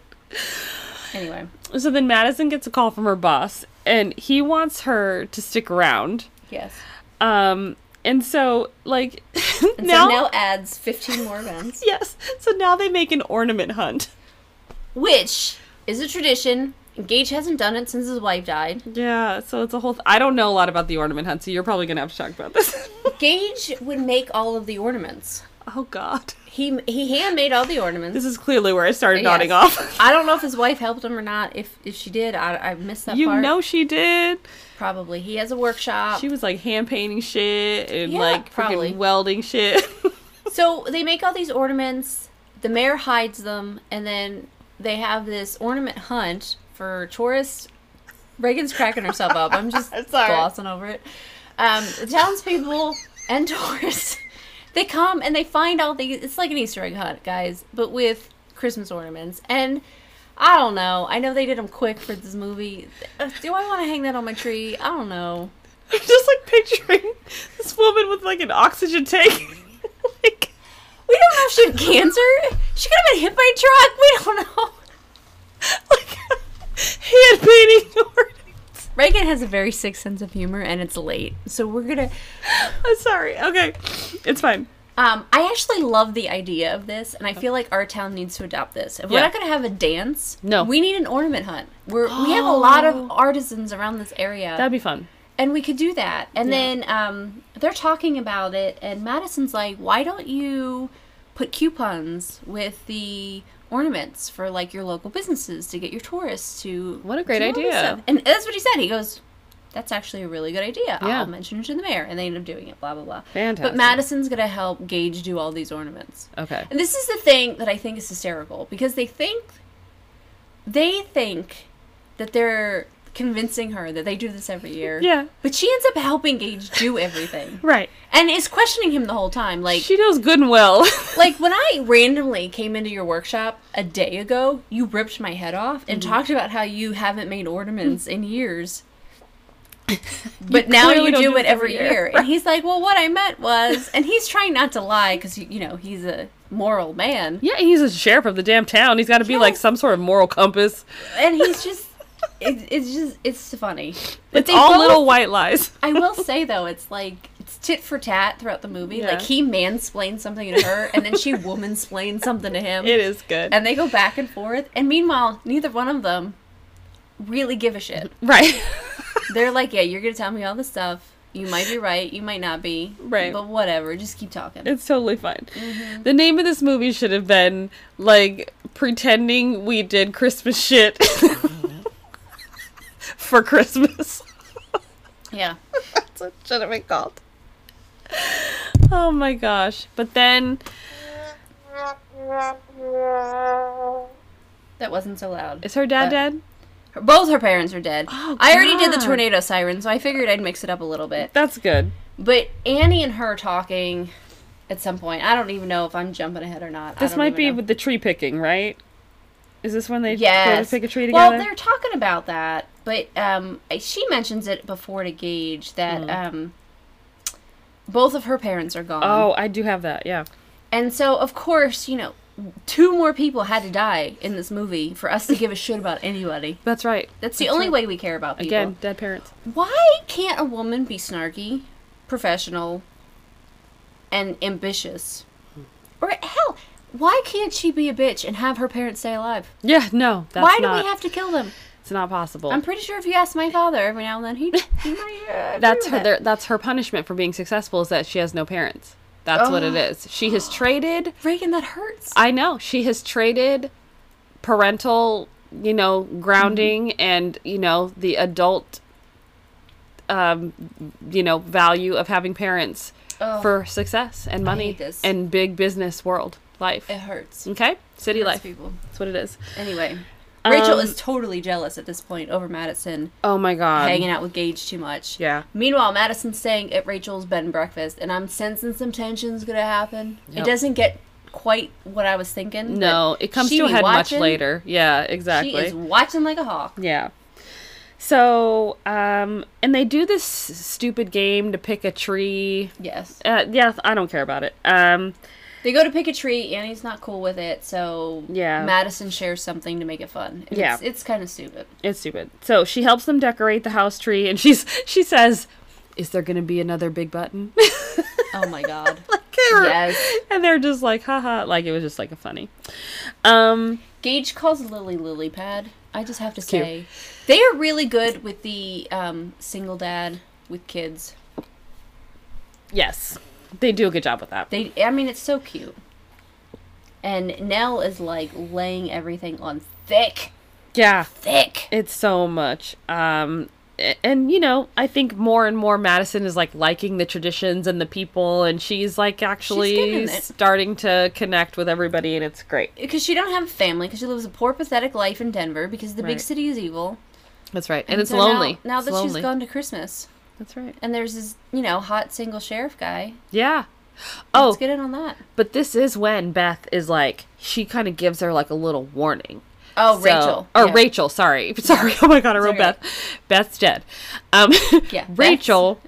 S2: *laughs* anyway,
S1: So then Madison gets a call from her boss, and he wants her to stick around.
S2: yes.
S1: Um, and so like *laughs*
S2: And
S1: now,
S2: so now adds 15 more events,
S1: yes, so now they make an ornament hunt.
S2: *laughs* which is a tradition. Gage hasn't done it since his wife *laughs* died.
S1: Yeah, so it's a whole. Th- I don't know a lot about the ornament hunt, so you're probably gonna have to talk about this. *laughs*
S2: Gage would make all of the ornaments.
S1: oh God,
S2: He he handmade all the ornaments.
S1: this is clearly where I started nodding
S2: Yes.
S1: off.
S2: I don't know if his wife helped him or not. If if she did, I, I missed *laughs* that
S1: you
S2: part.
S1: know she did.
S2: probably he has a workshop.
S1: She was like hand painting shit and
S2: Yeah,
S1: like
S2: probably.
S1: freaking welding shit. *laughs*
S2: So they make all these ornaments. The mayor hides them, and then they have this ornament hunt for tourists. Reagan's cracking herself up. I'm just
S1: It's all right.
S2: glossing over it. Um, the townspeople and tourists, *laughs* they come and they find all these. It's like an Easter egg hunt, guys, but with Christmas ornaments. And I don't know. I know they did them quick for this movie. Uh, Do I want to hang that on my tree? I don't know.
S1: I'm just like picturing this woman with like an oxygen tank. *laughs* like,
S2: We don't know if she had cancer. She could have been hit by a truck. We don't *laughs* know.
S1: *laughs* like hand painting *laughs* ornaments.
S2: Reagan has a very sick sense of humor, and it's late, so we're gonna.
S1: *laughs* I'm sorry. Okay, it's fine.
S2: Um, I actually love the idea of this, and I feel like our town needs to adopt this. If we're
S1: Yeah.
S2: not gonna have a dance,
S1: No. Oh.
S2: we need an ornament hunt. We're, We have a lot of artisans around this area,
S1: That'd be fun.
S2: and we could do that. And then um, they're talking about it, and Madison's like, "Why don't you put coupons with the?" ornaments for like your local businesses to get your tourists to
S1: What a great
S2: do all this
S1: idea.
S2: stuff." and that's what he said he goes that's actually a really good idea.
S1: Yeah.
S2: I'll mention it to the mayor. And they end up doing it, blah, blah, blah.
S1: Fantastic.
S2: But Madison's going to help Gage do all these ornaments.
S1: Okay.
S2: And this is the thing that I think is hysterical because they think, they think that they're convincing her that they do this every year.
S1: Yeah.
S2: But she ends up helping Gage do everything.
S1: *laughs* Right.
S2: And is questioning him the whole time. Like,
S1: She knows good and well.
S2: *laughs*
S1: *laughs*
S2: like when I randomly came into your workshop a day ago, you ripped my head off and
S1: Mm-hmm.
S2: talked about how you haven't made ornaments
S1: *laughs*
S2: in years. But now
S1: clearly
S2: you
S1: don't
S2: do,
S1: do
S2: it
S1: this
S2: every
S1: every
S2: year.
S1: year.
S2: And he's like, "Well, what I meant was," and he's trying not to lie because you know he's a moral man,
S1: yeah, he's a sheriff of the damn town. He's got to be like some sort of moral compass.
S2: and he's just. It, it's just it's funny but
S1: It's all
S2: both-
S1: little white lies.
S2: i will say though it's like it's tit for tat throughout the movie
S1: Yeah.
S2: like he mansplains something to her
S1: *laughs*
S2: and then she womansplains something to him
S1: *laughs* It is good.
S2: and they go back and forth. And meanwhile, neither one of them really give a shit.
S1: *laughs* right.
S2: They're like, "Yeah, you're gonna tell me all this stuff. You might be right. You might not be.
S1: Right.
S2: But whatever. Just keep talking."
S1: It's totally fine. The name of this movie should have been like pretending we did Christmas shit Mm-hmm. *laughs* for Christmas.
S2: yeah.
S1: That's what it should have been called. Oh my gosh. But then
S2: That wasn't so loud.
S1: is her dad
S2: Uh,
S1: dead?
S2: Her- Both her parents are dead.
S1: Oh,
S2: I already did the
S1: God.
S2: tornado siren, so I figured I'd mix it up a little bit.
S1: That's good.
S2: But Annie and her talking at some point. I don't even know if I'm jumping ahead or not. I
S1: This
S2: don't
S1: might
S2: even
S1: be
S2: know.
S1: with the tree picking, right? Is this when they go to
S2: Yes.
S1: pick a tree
S2: well,
S1: together?
S2: they're talking about that, but um, I- she mentions it before to Gage that um, both of her parents are gone.
S1: Mm-hmm. oh, I do have that. Yeah.
S2: And so, of course, you know, two more people had to die in this movie for us to give a shit about anybody.
S1: That's right.
S2: That's the only way we care about people.
S1: Again, dead parents.
S2: Why can't a woman be snarky, professional, and ambitious? Or hell, why can't she be a bitch and have her parents stay alive?
S1: Yeah, no. That's
S2: why do
S1: not,
S2: we have to kill them?
S1: It's not possible.
S2: I'm pretty sure if you ask my father every now and
S1: *laughs*
S2: then, he, he might. Uh, agree
S1: that's
S2: with
S1: her
S2: it.
S1: their- that's her punishment for being successful is that she has no parents. That's what it
S2: Oh.
S1: is. She has traded
S2: Reagan, that hurts.
S1: I know. She has traded parental, you know, grounding
S2: Mm-hmm.
S1: and, you know, the adult um you know, value of having parents
S2: Ugh.
S1: for success and money
S2: Oh. hate this.
S1: and big business world life.
S2: it hurts.
S1: Okay? City
S2: Hurts
S1: life.
S2: people.
S1: That's what it is.
S2: Anyway,
S1: Um,
S2: Rachel is totally jealous at this point over Madison
S1: Oh my god.
S2: hanging out with Gage too much.
S1: Yeah.
S2: Meanwhile, Madison's staying at Rachel's bed and breakfast, and I'm sensing some tensions gonna happen.
S1: Yep.
S2: It doesn't get quite what I was thinking. but
S1: No, it comes
S2: she
S1: to a
S2: be
S1: head
S2: watching.
S1: much later. Yeah, exactly.
S2: She is watching like a hawk.
S1: Yeah. So, um, and they do this stupid game to pick a tree.
S2: Yes.
S1: Uh, yeah, I don't care about it. Um,
S2: They go to pick a tree. Annie's not cool with it, so
S1: Yeah.
S2: Madison shares something to make it fun. And
S1: Yeah.
S2: It's, it's kind of stupid.
S1: *laughs* it's stupid. So she helps them decorate the house tree, and she's *laughs* she says, "Is there gonna be another big button?" *laughs*
S2: Oh my god.
S1: yes.
S2: Yes.
S1: And they're just like, haha, like it was just like a funny. Um,
S2: Gage calls Lily Lily Pad. I just have to say, they are really good with the um, single dad with kids.
S1: yes, they do a good job with that.
S2: They, I mean, it's so cute. And Nell is like laying everything on thick,
S1: yeah.
S2: thick.
S1: It's so much. Um a- and you know, I think more and more Madison is like liking the traditions and the people and she's like
S2: getting
S1: actually
S2: it.
S1: starting to connect with everybody and it's great.
S2: Because she don't have a family. Because she lives a poor, pathetic life in Denver. Because the big
S1: Right.
S2: city is evil.
S1: That's right. And, it's
S2: so now-
S1: lonely.
S2: Now,
S1: It's
S2: that
S1: lonely.
S2: she's gone to Christmas,
S1: That's right.
S2: and there's this, you know, hot single sheriff guy.
S1: Yeah.
S2: Oh,
S1: Oh,
S2: let's get in on that.
S1: but this is when Beth is like she kind of gives her like a little warning.
S2: Oh,
S1: So-
S2: Rachel.
S1: Or
S2: Yeah.
S1: Rachel, sorry. *laughs* Sorry. Oh my god, I wrote
S2: okay.
S1: Beth. Beth's dead. Um *laughs*
S2: Yeah, Beth's-
S1: Rachel,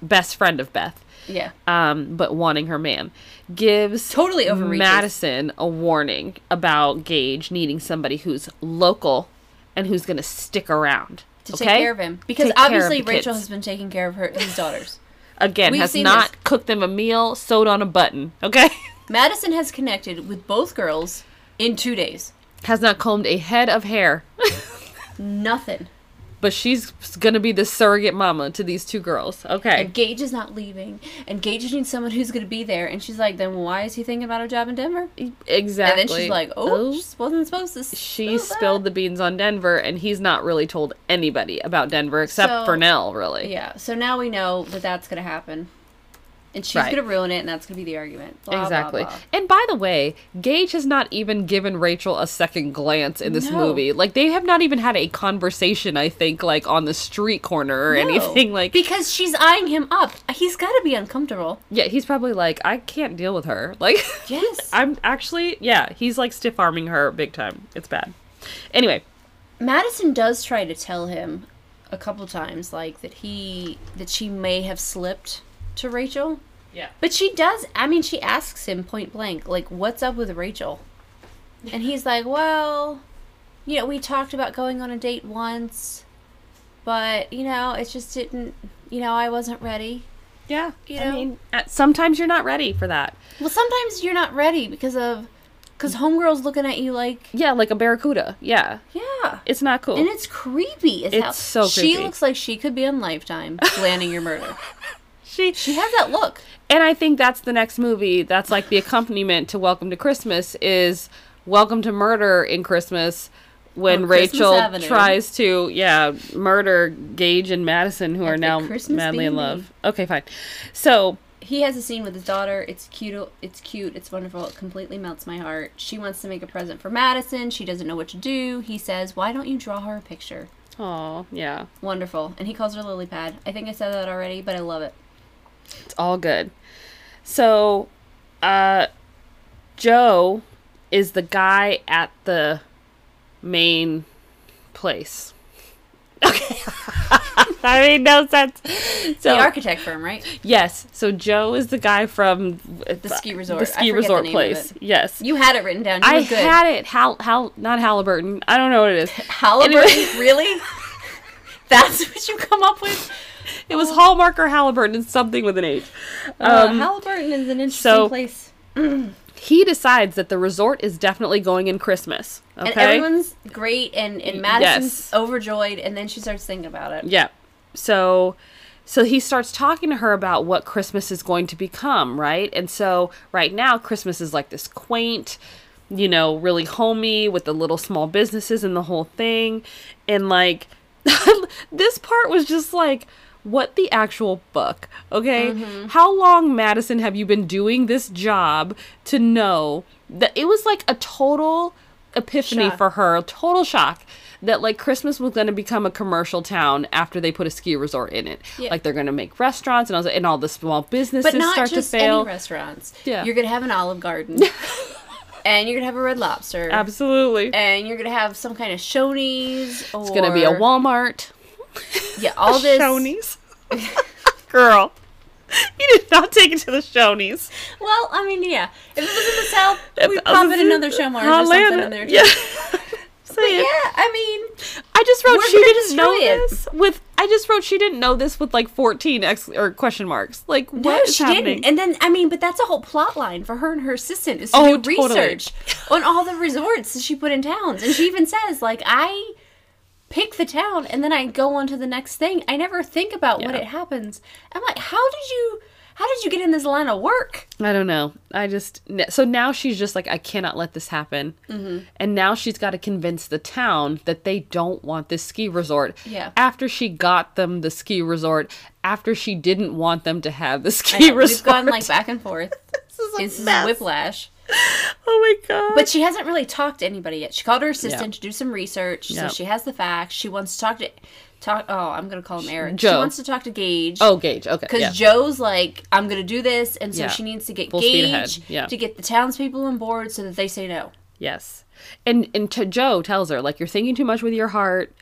S1: best friend of Beth.
S2: Yeah.
S1: um, but wanting her man, gives
S2: Totally overreaches.
S1: Madison a warning about Gage needing somebody who's local and who's going to stick around
S2: To
S1: okay?
S2: take care of him. Because
S1: Take care of
S2: obviously
S1: the
S2: Rachel
S1: kids.
S2: has been taking care of her his daughters.
S1: Again,
S2: We've
S1: has
S2: seen
S1: not
S2: this.
S1: cooked them a meal, sewed on a button. Okay, *laughs*
S2: Madison has connected with both girls in two days.
S1: has not combed a head of hair, *laughs*
S2: Nothing.
S1: but she's going to be the surrogate mama to these two girls. Okay,
S2: And Gage is not leaving. And Gage needs someone who's going to be there. And she's like, then why is he thinking about a job in Denver? And
S1: exactly.
S2: then she's like, oh, she wasn't supposed to.
S1: She spilled the beans on Denver, and he's not really told anybody about Denver except
S2: So-
S1: for Nell, really.
S2: *laughs* Yeah. So now we know that that's going to happen. And she's
S1: Right.
S2: going to ruin it. And that's going to be the argument. Blah, blah,
S1: Exactly.
S2: blah.
S1: And by the way, Gage has not even given Rachel a second glance in this
S2: No.
S1: movie. Like they have not even had a conversation, I think, like on the street corner *laughs* or
S2: No.
S1: anything *laughs* like
S2: Because she's eyeing him up. He's got to be uncomfortable.
S1: Yeah, he's probably like, I can't deal with her. Like
S2: Yes.
S1: *laughs* I'm actually yeah, he's like stiff arming her big time. It's bad. Anyway,
S2: Madison does try to tell him a couple times, like that he that she may have slipped to Rachel.
S1: Yeah.
S2: But she does. I mean, she asks him point blank, like, "What's up with Rachel?" And he's like, "Well, you know, we talked about going on a date once, but you know, it just didn't. You know, I wasn't ready.
S1: yeah.
S2: You
S1: I
S2: know?
S1: mean, at, sometimes you're not ready for that.
S2: Well, sometimes you're not ready because of because homegirls looking at you like,
S1: Yeah, like a barracuda. Yeah.
S2: yeah."
S1: It's not cool.
S2: And it's creepy as hell.
S1: It's so
S2: She
S1: creepy.
S2: looks like she could be on Lifetime planning your *laughs* murder.
S1: she
S2: She has that look.
S1: And I think that's the next movie. That's like the accompaniment to Welcome to Christmas is Welcome to Murder in Christmas when
S2: On Christmas
S1: Rachel
S2: Avenue.
S1: tries to yeah murder Gage and Madison who are
S2: the
S1: now
S2: Christmas
S1: madly in
S2: being
S1: love. Okay, fine. So
S2: He has a scene with his daughter. It's cute. It's cute. It's wonderful. It completely melts my heart. She wants to make a present for Madison. She doesn't know what to do. He says, "Why don't you draw her a picture?"
S1: oh yeah,
S2: Wonderful. And he calls her Lily Pad. I think I said that already, but I love it.
S1: it's all good. So uh Joe is the guy at the main place. *laughs* Okay. *laughs* that made no sense. So
S2: the architect firm, right?
S1: yes, so Joe is the guy from
S2: The ski resort.
S1: the
S2: I
S1: ski
S2: forget the
S1: resort
S2: name of
S1: place.
S2: it.
S1: Yes,
S2: You had it written down. You
S1: I
S2: were good.
S1: had it. Hal, Hal, not Halliburton. I don't know what it is.
S2: Halliburton, *laughs* really? That's what you come up with?
S1: It was Hallmark or Halliburton. It's something with an H.
S2: uh, Halliburton is an interesting
S1: Um, so-
S2: place.
S1: He decides that the resort is definitely going in Christmas. Okay.
S2: And everyone's great, and, and Madison's
S1: yes.
S2: overjoyed, and then she starts thinking about it.
S1: Yeah. So so he starts talking to her about what Christmas is going to become, right? And so right now Christmas is like this quaint, you know, really homey with the little small businesses and the whole thing. And like *laughs* this part was just like what the actual fuck, okay? How long, Madison, have you been doing this job to know that it was like a total epiphany
S2: Shock.
S1: for her, total shock that like Christmas was going to become a commercial town after they put a ski resort in it.
S2: Yeah.
S1: Like they're going to make restaurants and all, and all the small businesses
S2: But not
S1: start
S2: just
S1: to fail.
S2: any restaurants.
S1: Yeah.
S2: You're going to have an Olive Garden,
S1: *laughs*
S2: and you're going to have a Red Lobster,
S1: Absolutely.
S2: and you're going to have some kind of Shoney's. Or,
S1: it's going to be a Walmart.
S2: Yeah,
S1: *laughs*
S2: all this. *laughs*
S1: Shoney's. Girl. You did not take it to the Shoney's.
S2: Well, I mean, yeah. If it was in the South, we'd pop in another Shoney's or something
S1: Atlanta.
S2: in there. too. *laughs*
S1: Yeah. *laughs*
S2: But
S1: Say
S2: yeah,
S1: it.
S2: I mean,
S1: I just wrote
S2: We're
S1: she
S2: gonna
S1: didn't know
S2: destroy it.
S1: this with I just wrote she didn't know this with like 14 ex or question marks. Like what is
S2: no, she
S1: happening?
S2: didn't. And then, I mean, but that's a whole plot line for her and her assistant is to
S1: Oh,
S2: do
S1: totally. *laughs*
S2: research on all the resorts that she put in towns. And she even says, like, I pick the town and then I go on to the next thing. I never think about what
S1: Yeah.
S2: it happens. I'm like, how did you, how did you get in this line of work?
S1: I don't know. I just n- so now she's just like I cannot let this happen,
S2: Mm-hmm.
S1: and now she's got to convince the town that they don't want this ski resort.
S2: Yeah.
S1: After she got them the ski resort, after she didn't want them to have the ski resort.
S2: We've gone like back and forth.
S1: this is, a
S2: this is
S1: mess.
S2: whiplash.
S1: *laughs* Oh my god.
S2: But she hasn't really talked to anybody yet. She called her assistant to do some research,
S1: Yeah.
S2: so she has the facts. She wants to talk to talk. Oh, I'm gonna call him Eric. She
S1: Joe.
S2: wants to talk to Gage.
S1: oh, Gage. Okay.
S2: because
S1: yeah.
S2: Joe's like, I'm gonna do this, and so
S1: Yeah.
S2: she needs to get
S1: Full speed ahead,
S2: Gage
S1: yeah.
S2: to get the townspeople on board so that they say no.
S1: Yes. And and t- Joe tells her like you're thinking too much with your heart.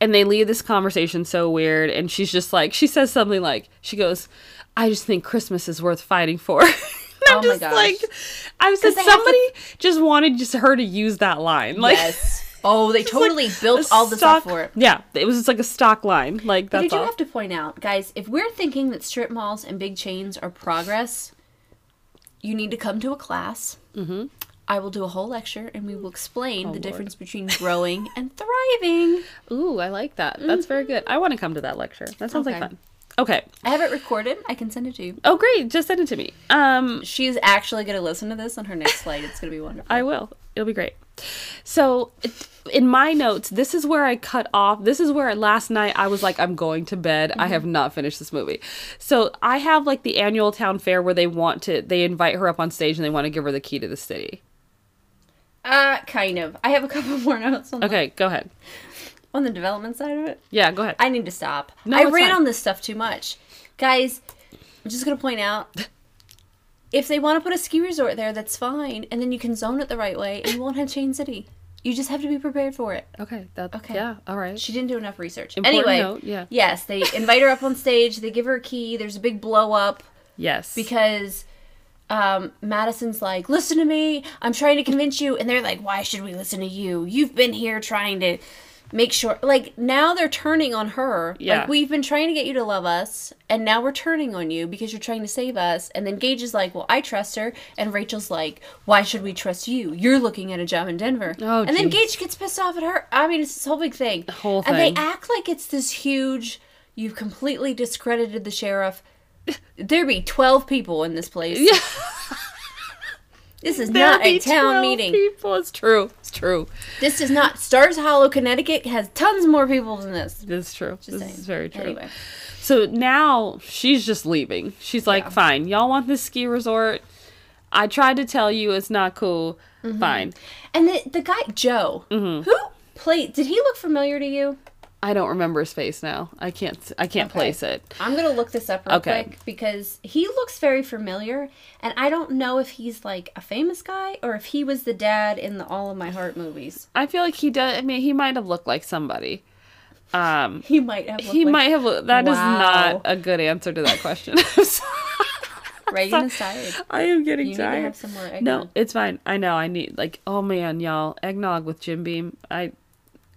S1: And they leave this conversation so weird and she's just like she says something like she goes, "I just think Christmas is worth fighting for." *laughs* And I'm
S2: Oh my
S1: just
S2: gosh.
S1: like I said
S2: 'Cause they have to-
S1: somebody just wanted just her to use that line. *laughs* Like
S2: yes. Oh, they totally built
S1: a
S2: all this
S1: stock-
S2: up for it.
S1: Yeah, it was just like a stock line. Like
S2: But I
S1: that's
S2: do
S1: all.
S2: have to point out, guys, if we're thinking that strip malls and big chains are progress, you need to come to a class. Mm-hmm. I will do a whole lecture and we will
S1: Oh,
S2: explain the difference between growing and thriving.
S1: Ooh, I like that. That's very good. I want to come to that lecture. That sounds like
S2: Okay.
S1: fun. Mm-hmm. Okay.
S2: I have it recorded. I can send it to you.
S1: Oh great, just send it to me. Um
S2: She is actually going to listen to this on her next flight. It's going to be wonderful.
S1: I will. It'll be great. So, it- in my notes, this is where I cut off. This is where last night I was like, I'm going to bed. I have not finished this movie. So, I have like the annual town fair where they want to, they invite her up on stage and they want to give her the key to the city.
S2: Uh, kind of. I have a couple *laughs* more notes on,
S1: Okay, go ahead.
S2: the, on the development side of it.
S1: Yeah, go ahead.
S2: I need to stop.
S1: No,
S2: I
S1: it's
S2: ran
S1: fine.
S2: on this stuff too much. Guys, I'm just going to point
S1: *laughs*
S2: out if they want to put a ski resort there, that's fine. And then you can zone it the right way and you won't have Chain City. You just have to be prepared for it.
S1: okay, that, okay.
S2: Okay.
S1: Yeah, all right.
S2: She didn't do enough research.
S1: Important
S2: anyway,
S1: note, yeah.
S2: yes, they invite her up on stage. They give her a key. There's a big blow up
S1: yes.
S2: because um, Madison's like, listen to me. I'm trying to convince you. And they're like, why should we listen to you? You've been here trying to make sure. Like, now they're turning on her.
S1: Yeah.
S2: Like, we've been trying to get you to love us. And now we're turning on you because you're trying to save us. And then Gage is like, well, I trust her. And Rachel's like, why should we trust you? You're looking at a job in Denver.
S1: Oh,
S2: and then
S1: geez.
S2: Gage gets pissed off at her. I mean, it's this whole big thing.
S1: Whole
S2: And they
S1: thing.
S2: act like it's this huge. You've completely discredited the sheriff. There be twelve people in this place.
S1: Yeah.
S2: *laughs*
S1: *laughs*
S2: This is
S1: There
S2: not a
S1: be
S2: town
S1: 12
S2: meeting.
S1: People. It's true. It's true.
S2: This is not Stars Hollow, Connecticut has tons more people than this.
S1: This is true. this
S2: saying.
S1: is very true.
S2: Anyway.
S1: So now she's just leaving. She's like, fine, y'all want this ski resort? I tried to tell you it's not cool.
S2: Mm-hmm.
S1: Fine. Mm-hmm.
S2: And the the guy Joe, who played did he look familiar to you?
S1: I don't remember his face now. I can't. I can't
S2: Okay.
S1: place it.
S2: I'm gonna look this up real
S1: Okay.
S2: quick because he looks very familiar, and I don't know if he's like a famous guy or if he was the dad in the All of My Heart movies.
S1: I feel like he does. I mean, he might have looked like somebody. Um,
S2: He might have. Looked
S1: he
S2: like,
S1: might have. Looked, That is
S2: Wow.
S1: not a good answer to that question. *laughs* I'm sorry. *laughs*
S2: Reagan is tired.
S1: I am getting
S2: You need to
S1: tired.
S2: have some more eggnog.
S1: no, it's fine. I know. I need like. Oh man, y'all, eggnog with Jim Beam. I,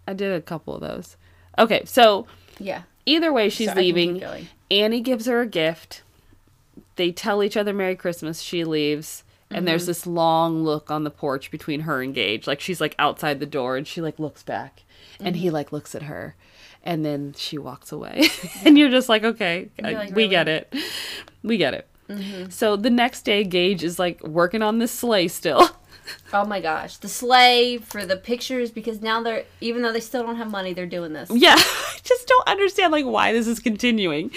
S1: I did a couple of those. Okay, so
S2: Yeah.
S1: either way, she's
S2: So I can keep
S1: leaving.
S2: going.
S1: Annie gives her a gift. They tell each other Merry Christmas. She leaves. And there's
S2: Mm-hmm.
S1: this long look on the porch between her and Gage. Like she's like outside the door and she like looks back. And
S2: Mm-hmm.
S1: he like looks at her. And then she walks away. *laughs* and you're just like, okay,
S2: You're like,
S1: we
S2: really? Mm-hmm.
S1: get it. We get it. So the next day, Gage is like working on this sleigh still.
S2: Oh my gosh, the sleigh for the pictures because now they're even though they still don't have money, they're doing this.
S1: *laughs* yeah i just don't understand like why this is continuing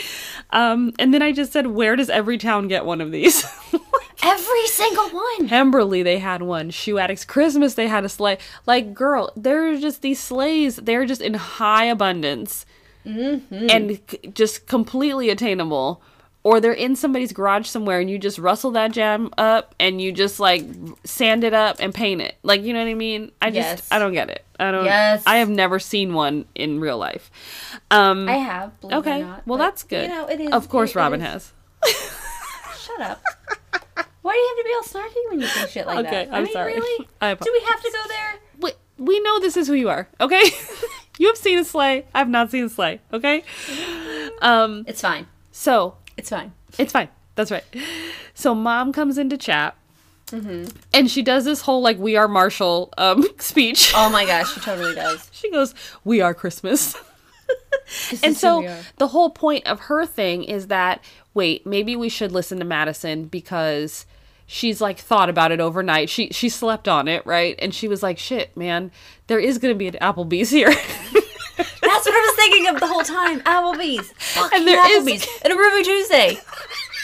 S1: um and then i just said where does every town get one of these *laughs*
S2: Every single one.
S1: Pemberley, they had one. Shoe Addicts Christmas, they had a sleigh. Like, girl, there's just these sleighs. They're just in high abundance
S2: Mm-hmm.
S1: and c- just completely attainable. Or they're in somebody's garage somewhere and you just rustle that jam up and you just like sand it up and paint it. Like, you know what I mean? I just,
S2: Yes.
S1: I don't get it. I don't,
S2: Yes.
S1: I have never seen one in real life. Um,
S2: I have. Believe
S1: okay.
S2: It or not,
S1: well,
S2: but,
S1: that's good.
S2: You know, it is.
S1: Of course,
S2: it- it
S1: Robin
S2: is-
S1: has.
S2: Shut up. Why do you have to be all snarky when you say shit like that?
S1: Okay,
S2: I
S1: I'm
S2: mean,
S1: sorry.
S2: Really?
S1: *laughs* I
S2: do we have to go there?
S1: we, we know this is who you are, okay? *laughs* you have seen a sleigh. I've not seen a sleigh, okay? Um,
S2: It's fine.
S1: so
S2: It's fine.
S1: it's fine. That's right. So mom comes into chat,
S2: Mm-hmm.
S1: and she does this whole like "We are Marshall" um, *laughs* speech.
S2: Oh my gosh, she totally does.
S1: She goes, "We are Christmas."
S2: *laughs* This
S1: and
S2: is who
S1: so
S2: we are.
S1: the whole point of her thing is that wait maybe we should listen to madison because she's like thought about it overnight she she slept on it right and she was like shit man there is gonna be an applebee's here *laughs*
S2: that's what I was thinking of the whole time. Applebee's. Fucking
S1: And there is-
S2: Applebee's. and a Ruby Tuesday.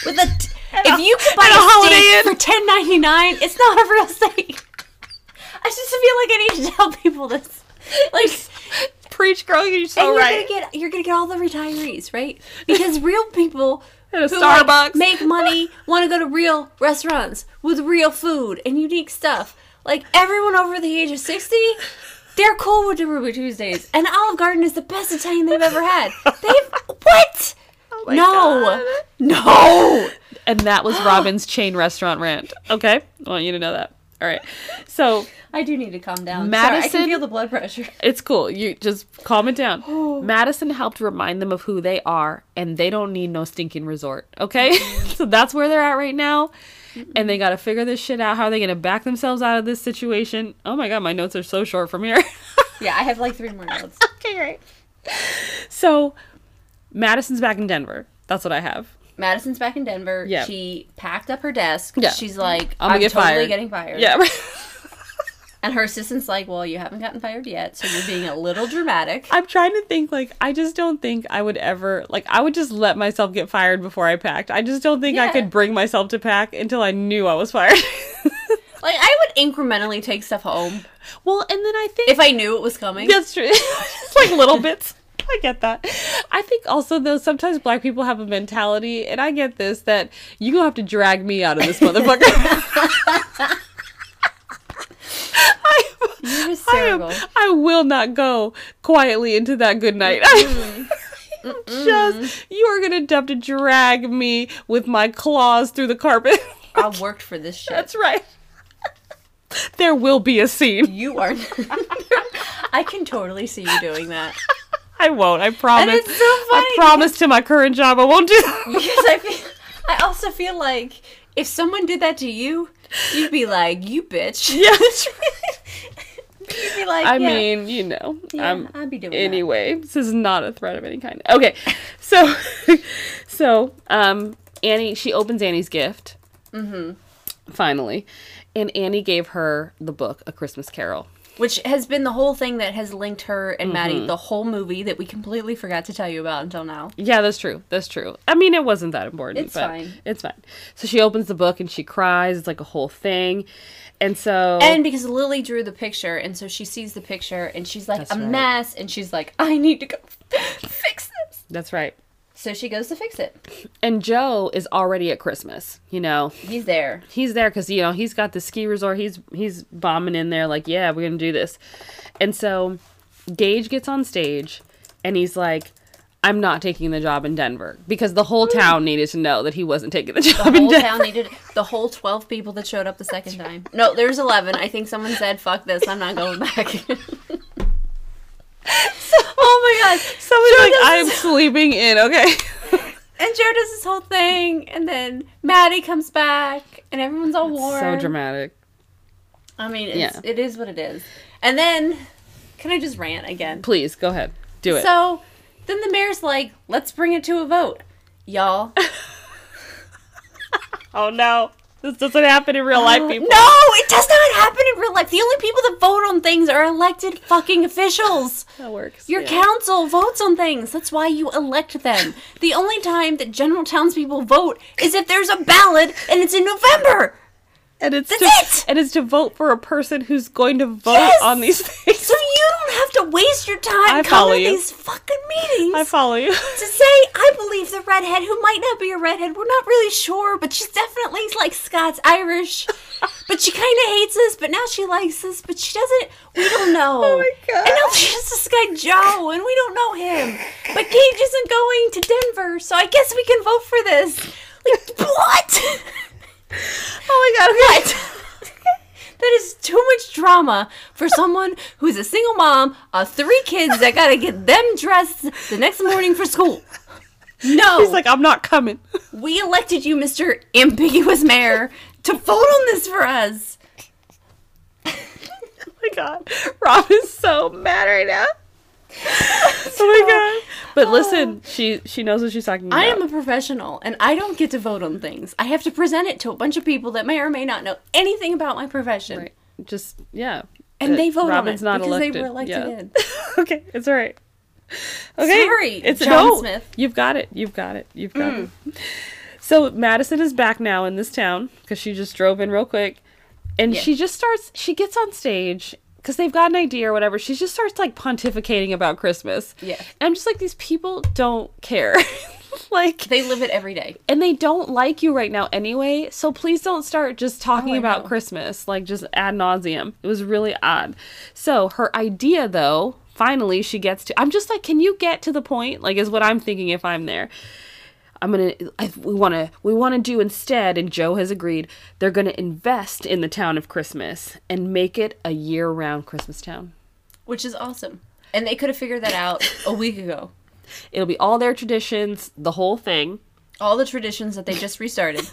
S2: With a t-
S1: a-
S2: if you could buy
S1: and
S2: a,
S1: a Holiday
S2: steak for ten ninety nine, it's not a real steak. *laughs* I just feel like I need to tell people this. Like,
S1: preach girl you're
S2: and
S1: so
S2: you're
S1: right
S2: gonna get you're gonna get all the retirees, right? Because real
S1: *laughs*
S2: people
S1: At a
S2: who, like,
S1: Starbucks. *laughs*
S2: make money want to go to real restaurants with real food and unique stuff. Like everyone over the age of sixty, they're cool with the Ruby Tuesdays, and Olive Garden is the best Italian they've ever
S1: *laughs*
S2: had. They've what?
S1: Oh my
S2: no,
S1: God. *laughs*
S2: no.
S1: and that was robin's chain restaurant rant okay i want you to know that all right so
S2: I do need to calm down. Sorry, I
S1: Madison-
S2: can feel the
S1: *laughs*
S2: blood pressure.
S1: It's cool. You just calm it
S2: *sighs*
S1: down. Madison helped remind them of who they are, and they don't need no stinking resort. Okay, *laughs* so that's where they're at right now, and they got to figure this shit out. How are they gonna back themselves out of this situation? Oh my god, my notes are so short from here. *laughs*
S2: Yeah, I have like three more notes.
S1: okay, great. So, Madison's back in Denver. That's what I have.
S2: Madison's back in Denver.
S1: Yeah.
S2: She packed up her desk.
S1: Yeah.
S2: She's like,
S1: I'm
S2: I'm,
S1: gonna get
S2: totally
S1: fired."
S2: getting fired.
S1: Yeah. *laughs*
S2: And her assistant's like, Well, you haven't gotten fired yet, so you're being a
S1: *laughs*
S2: little dramatic.
S1: I'm trying to think like I just don't think I would ever like I would just let myself get fired before I packed. I just don't think I
S2: Yeah.
S1: could bring myself to pack until I knew I was fired. *laughs*
S2: Like, I would incrementally take stuff home
S1: well, and then I think
S2: if I knew it was
S1: *laughs*
S2: coming.
S1: that's true. *laughs* Just, like little bits. I get that. I think also though sometimes black people have a mentality and I get this that you going to have to drag me out of *laughs* this motherfucker. I-
S2: You're
S1: I, am,
S2: hysterical.
S1: *laughs* I will not go quietly into that good night. *laughs* I- Just you are gonna have to drag me with my claws through the carpet. *laughs*
S2: I worked for this shit.
S1: That's right. there will be a scene.
S2: you are. *laughs* I can totally see you
S1: *laughs*
S2: doing that.
S1: I won't. I promise.
S2: it's so funny
S1: I promise to my current job I won't do. that.
S2: Because I feel. I also feel like if someone did that to you, you'd be like, You bitch.
S1: *laughs*
S2: *laughs*
S1: yeah, that's right.
S2: You'd be like,
S1: I
S2: "Yeah,
S1: mean, you know,
S2: yeah,
S1: um,
S2: I'd be doing that."
S1: anyway, this is not a threat of any kind.
S2: *laughs*
S1: Okay, so, *laughs* so, um, Annie, she opens Annie's gift. Mm-hmm. Finally, and Annie gave her the book, A Christmas Carol.
S2: which has been the whole thing that has linked her and
S1: Mm-hmm.
S2: Maddie the whole movie that we completely forgot to tell you about until now.
S1: Yeah, that's true. That's true. I mean, it wasn't that important.
S2: It's
S1: but
S2: fine.
S1: It's fine. So she opens the book and she cries. It's like a whole thing. And so.
S2: And because Lily drew the picture, and so she sees the picture, and she's like
S1: That's
S2: a
S1: right.
S2: mess, and she's like, I need to go *laughs* fix this.
S1: that's right.
S2: So she goes to fix it.
S1: And Joe is already at Christmas, you know.
S2: He's there.
S1: he's there because you know he's got the ski resort. He's he's bombing in there like, yeah, we're gonna do this. And so Gage gets on stage, and he's like, "I'm not taking the job in Denver because the whole town needed to know that he wasn't taking the *laughs* job
S2: The
S1: in
S2: whole
S1: Denver."
S2: town
S1: *laughs*
S2: needed the whole twelve people that showed up the second time. No, there's eleven. I think someone said, "Fuck this, I'm not going back." *laughs* oh my gosh!
S1: Somebody's
S2: Joe
S1: like,
S2: does
S1: "I'm
S2: this-
S1: sleeping in."
S2: *laughs*
S1: Okay.
S2: And Joe does this whole thing, and then Maddie comes back, and everyone's all warm.
S1: so dramatic.
S2: I mean, it's,
S1: Yeah.
S2: it is what it is. And then, can I just rant again?
S1: Please go ahead, do it.
S2: So then the mayor's like, "Let's bring it to a vote,
S1: *laughs*
S2: y'all."
S1: oh no, this doesn't happen in
S2: Oh,
S1: real life, people.
S2: No, it does not happen in real life. The only people that vote on things are elected fucking officials.
S1: that works.
S2: Your
S1: yeah.
S2: council votes on things. That's why you elect them. The only time that general townspeople vote is if there's a ballot and it's in November.
S1: and it's
S2: That's
S1: to,
S2: it!
S1: and it's to vote for a person who's going to vote
S2: Yes!
S1: on these *laughs* things.
S2: So you don't have to waste your
S1: I
S2: time
S1: follow
S2: coming to
S1: you.
S2: these fucking meetings
S1: I follow you.
S2: to say, I believe the redhead who might not be a redhead. We're not really sure, but she's definitely like Scots Irish. but she kind of hates us, but now she likes us, but she doesn't. We don't know.
S1: Oh my God.
S2: And now there's this guy Joe, and we don't know him. But Cage isn't going to Denver, so I guess we can vote for this. Like, what?
S1: oh my god.
S2: What?
S1: *laughs*
S2: that is too much drama for someone *laughs* who's a single mom of three kids that gotta get them dressed the next morning for school.
S1: *laughs*
S2: No,
S1: He's like, I'm not coming.
S2: we elected you, Mr. Ambiguous Mayor, to vote on this for us.
S1: *laughs* oh my god. Rob is so mad right
S2: *laughs*
S1: now. oh my god. But listen, she she knows what she's talking about.
S2: uh, I am a professional and I don't get to vote on things. I have to present it to a bunch of people that may or may not know anything about my profession.
S1: Right. just yeah.
S2: And
S1: That
S2: they voted on
S1: Robin's
S2: it
S1: not
S2: because they
S1: elected.
S2: were elected in.
S1: Yeah. *laughs* okay, it's all right. Okay.
S2: Sorry,
S1: it's
S2: John
S1: no,
S2: Smith. Mm.
S1: You've got it. You've got it. You've got it. So Madison is back now in this town because she just drove in real quick, and
S2: Yeah.
S1: she just starts. She gets on stage because they've got an idea or whatever. She just starts like pontificating about Christmas.
S2: Yeah.
S1: and I'm just like these people don't care. *laughs* like
S2: They live it every day.
S1: and they don't like you right now anyway so please don't start just talking
S2: Oh, I
S1: about
S2: know.
S1: christmas like just ad nauseum it was really odd so her idea though finally she gets to i'm just like can you get to the point like is what i'm thinking if i'm there i'm gonna I, we want to we want to do instead and joe has agreed they're gonna invest in the town of christmas and make it a year-round christmas town
S2: Which is awesome. And they could have figured that out a week ago.
S1: it'll be all their traditions the whole thing
S2: all the traditions that they
S1: *laughs*
S2: just restarted.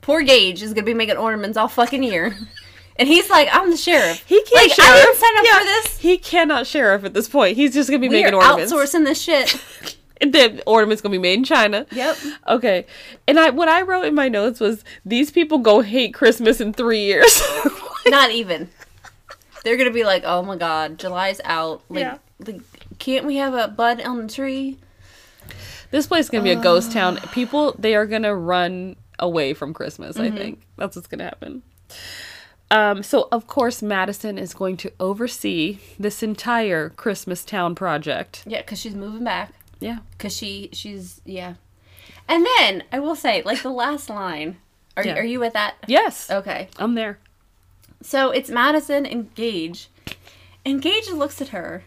S2: Poor Gage is gonna be making ornaments all fucking year, and he's like, "I'm the sheriff."
S1: He can't
S2: Like,
S1: sheriff.
S2: I didn't sign up
S1: Yeah,
S2: for this.
S1: He cannot sheriff at this point. He's just gonna be
S2: We are
S1: making ornaments. *laughs*
S2: outsourcing this shit.
S1: And then ornaments gonna be made in China.
S2: Yep.
S1: Okay. And I what I wrote in my notes was these people go hate Christmas in three years. *laughs*
S2: Not even. They're gonna be like, "Oh my god, July's out. Like,
S1: Yeah.
S2: like can't we have a bud on the tree?"
S1: this place is gonna be a ghost town.
S2: Uh.
S1: People they are gonna run away from Christmas.
S2: Mm-hmm.
S1: I think that's what's gonna happen. Um, so of course Madison is going to oversee this entire Christmas town project.
S2: Yeah, because she's moving back.
S1: Yeah.
S2: Because she, she's yeah. And then I will say, like the last line. Are you
S1: Yeah.
S2: are you with that?
S1: Yes.
S2: Okay.
S1: I'm there.
S2: So it's Madison and Gage. And Gage looks at her.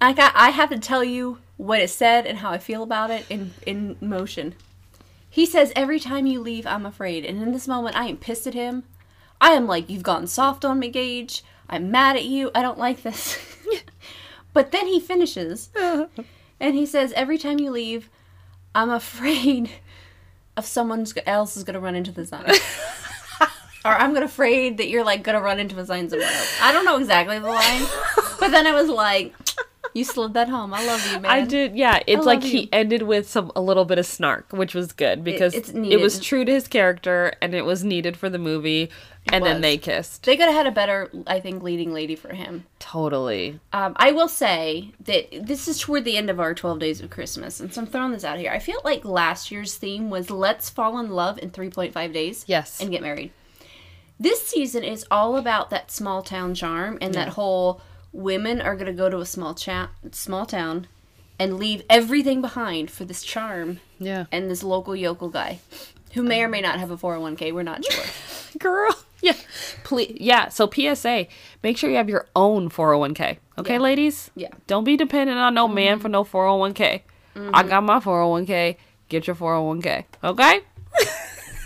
S2: I got I have to tell you what it said and how I feel about it in, in motion. He says, Every time you leave, I'm afraid. And in this moment I am pissed at him. I am like, You've gone soft on me, Gage. I'm mad at you. I don't like this. *laughs* but then he finishes and he says, Every time you leave, I'm afraid of someone else is gonna run into the sign or I'm gonna afraid that you're like gonna run into a sign somewhere else. I don't know exactly the line, but then I was like, You slid that home. I love you, man.
S1: I did, yeah. It's like
S2: love you.
S1: he ended with some a little bit of snark, which was good because
S2: it's
S1: it,
S2: needed.
S1: was true to his character and it was needed for the movie. And
S2: was.
S1: then they kissed.
S2: They could have had a better, I think, leading lady for him.
S1: Totally. *laughs*
S2: Um, I will say that this is toward the end of our 12 days of Christmas, and so I'm throwing this out here. I feel like last year's theme was let's fall in love in 3.5 days.
S1: Yes.
S2: And get married. This season is all about that small town charm and that whole women are going to go to a small cha- small town and leave everything behind for this charm
S1: Yeah.
S2: and this local yokel guy who may or may not have a 401k. We're not sure.
S1: Girl. *laughs* Yeah. Please. Yeah. So PSA, make sure you have your own 401k. Okay,
S2: Yeah.
S1: ladies?
S2: Yeah. Mm-hmm.
S1: Don't be dependent on no man for no 401k. I got my 401k. Get your 401k. Okay? *laughs*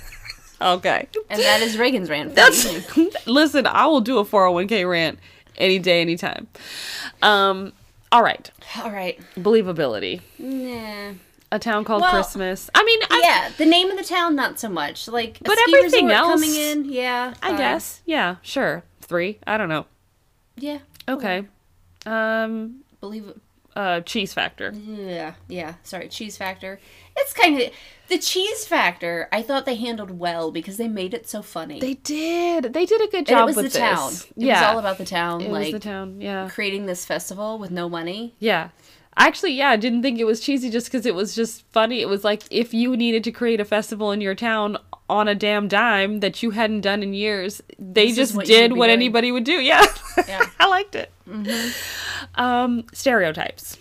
S1: okay.
S2: and that is Reagan's rant.
S1: That's listen. I will do a four hundred one k rant any day, anytime. Um, all right,
S2: all right.
S1: believability.
S2: Nah.
S1: A town called
S2: Well,
S1: Christmas. I mean, I,
S2: yeah, the name of the town, not so much. Like, a
S1: But
S2: ski
S1: everything
S2: resort
S1: else-
S2: coming in, yeah. uh,
S1: I
S2: fine.
S1: guess. Yeah, sure. Three. I don't know.
S2: Yeah.
S1: Okay. Um,
S2: Believe it.
S1: uh, cheese factor.
S2: Yeah, yeah. Sorry, cheese factor. It's kind of the cheese factor. I thought they handled well because they made it so funny.
S1: They did. They did a good
S2: and
S1: job
S2: it was the
S1: with this.
S2: town. It
S1: yeah,
S2: was all about the town,
S1: It was
S2: like
S1: the town. Yeah,
S2: creating this festival with no money.
S1: yeah. Actually, yeah, I didn't think it was cheesy just because it was just funny. It was like if you needed to create a festival in your town on a damn dime that you hadn't done in years, they
S2: This is
S1: just
S2: what you
S1: did
S2: would be
S1: what
S2: doing.
S1: anybody would do. *laughs* Yeah.
S2: Yeah. Mm-hmm.
S1: I liked it. Um, stereotypes.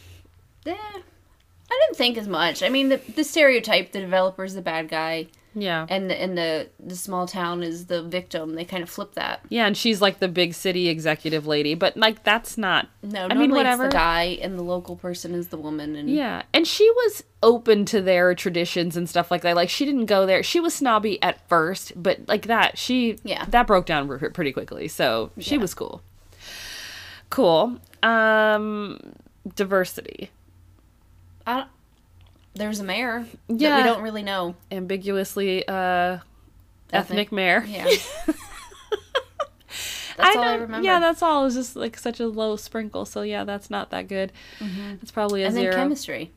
S2: Eh, I didn't think as much. I mean, the, the stereotype, the developer's the bad guy,
S1: Yeah.
S2: and the, and the the small town is the victim. They kind of flip that.
S1: yeah, and she's like the big city executive lady, but like that's not.
S2: No,
S1: I
S2: normally
S1: mean,
S2: it's
S1: whatever.
S2: the guy, and the local person is the woman. And
S1: Yeah, and she was open to their traditions and stuff like that. Like she didn't go there. She was snobby at first, but like that, she
S2: Yeah.
S1: that broke down re- pretty quickly. So she was cool. Cool. Um, diversity.
S2: I don't- there's a mayor. Yeah,
S1: Yeah.
S2: we don't really know.
S1: Ambiguously uh, ethnic,
S2: Ethnic.
S1: mayor. *laughs*
S2: Yeah, that's all I
S1: know-
S2: remember.
S1: Yeah, that's all. It was just like such a low sprinkle. So yeah, that's not that good. It's probably a
S2: Mm-hmm. and
S1: zero.
S2: then chemistry.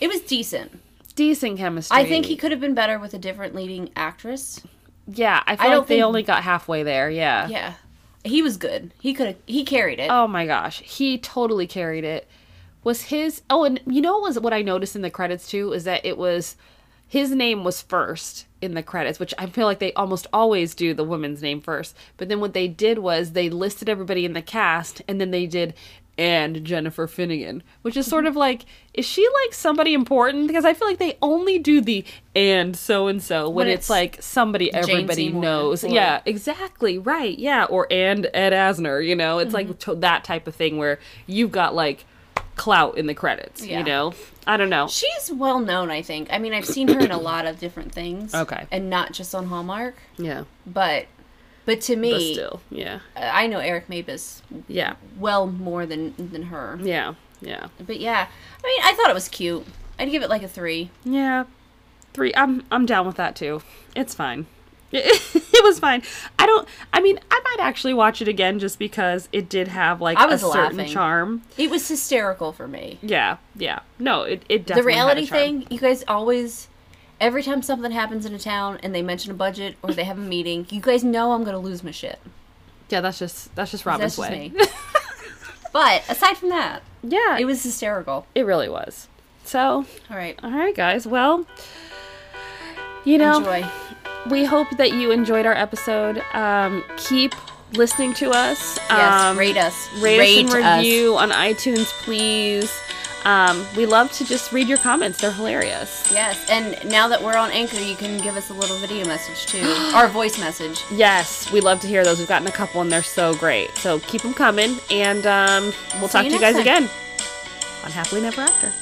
S2: It was decent.
S1: Decent chemistry.
S2: I think he could have been better with a different leading actress.
S1: Yeah, I feel like
S2: don't
S1: they
S2: think-
S1: only got halfway there. Yeah.
S2: Yeah, he was good. He could have. He carried it.
S1: Uh. Oh my gosh, he totally carried it. Was his? Oh, and you know what was what I noticed in the credits too is that it was his name was first in the credits, which I feel like they almost always do the woman's name first. But then what they did was they listed everybody in the cast, and then they did and Jennifer Finnegan, which is
S2: Mm-hmm.
S1: sort of like is she like somebody important? Because I feel like they only do the and so and so when
S2: When
S1: it's
S2: it's
S1: like somebody everybody
S2: Seymour
S1: knows.
S2: or-
S1: Yeah, exactly right yeah or and ed asner you know it's like
S2: Mm-hmm.
S1: to- that type of thing where you've got like clout in the credits
S2: Yeah.
S1: you know i don't know
S2: She's well known, I think. I mean, I've seen her in a lot of different things.
S1: Okay.
S2: and not just on Hallmark,
S1: yeah
S2: but but to
S1: but
S2: me,
S1: still yeah
S2: I know Eric Mabus
S1: yeah
S2: well more than than her.
S1: yeah yeah
S2: But yeah, I mean, I thought it was cute. I'd give it like a three.
S1: yeah three i'm i'm down with that too it's fine *laughs* it was fine i don't i mean i might actually watch it again just because it did have like
S2: I was
S1: a certain
S2: laughing.
S1: charm
S2: It was hysterical for me.
S1: yeah yeah no it, it definitely
S2: The
S1: had a
S2: reality
S1: charm.
S2: thing, you guys always, every time something happens in a town and they mention a budget or they have a meeting, you guys know I'm gonna lose my shit.
S1: yeah that's just that's just robin's
S2: That's just
S1: way
S2: me. but aside from that,
S1: *laughs* yeah
S2: it was hysterical.
S1: It really was. So,
S2: All right,
S1: all right, guys. Well, you know,
S2: enjoy.
S1: we hope that you enjoyed our episode. Um, keep listening to us.
S2: Yes,
S1: Um,
S2: rate us.
S1: rate, us and review on iTunes, please. Um, we love to just read your comments. They're hilarious.
S2: Yes, and now that we're on Anchor, you can give us a little video message too,
S1: *gasps*
S2: or a voice message.
S1: Yes, we love to hear those. We've gotten a couple, and they're so great. So keep them coming, and um, we'll
S2: See
S1: talk
S2: you
S1: to you
S2: next
S1: guys
S2: time.
S1: again on Happily Never After.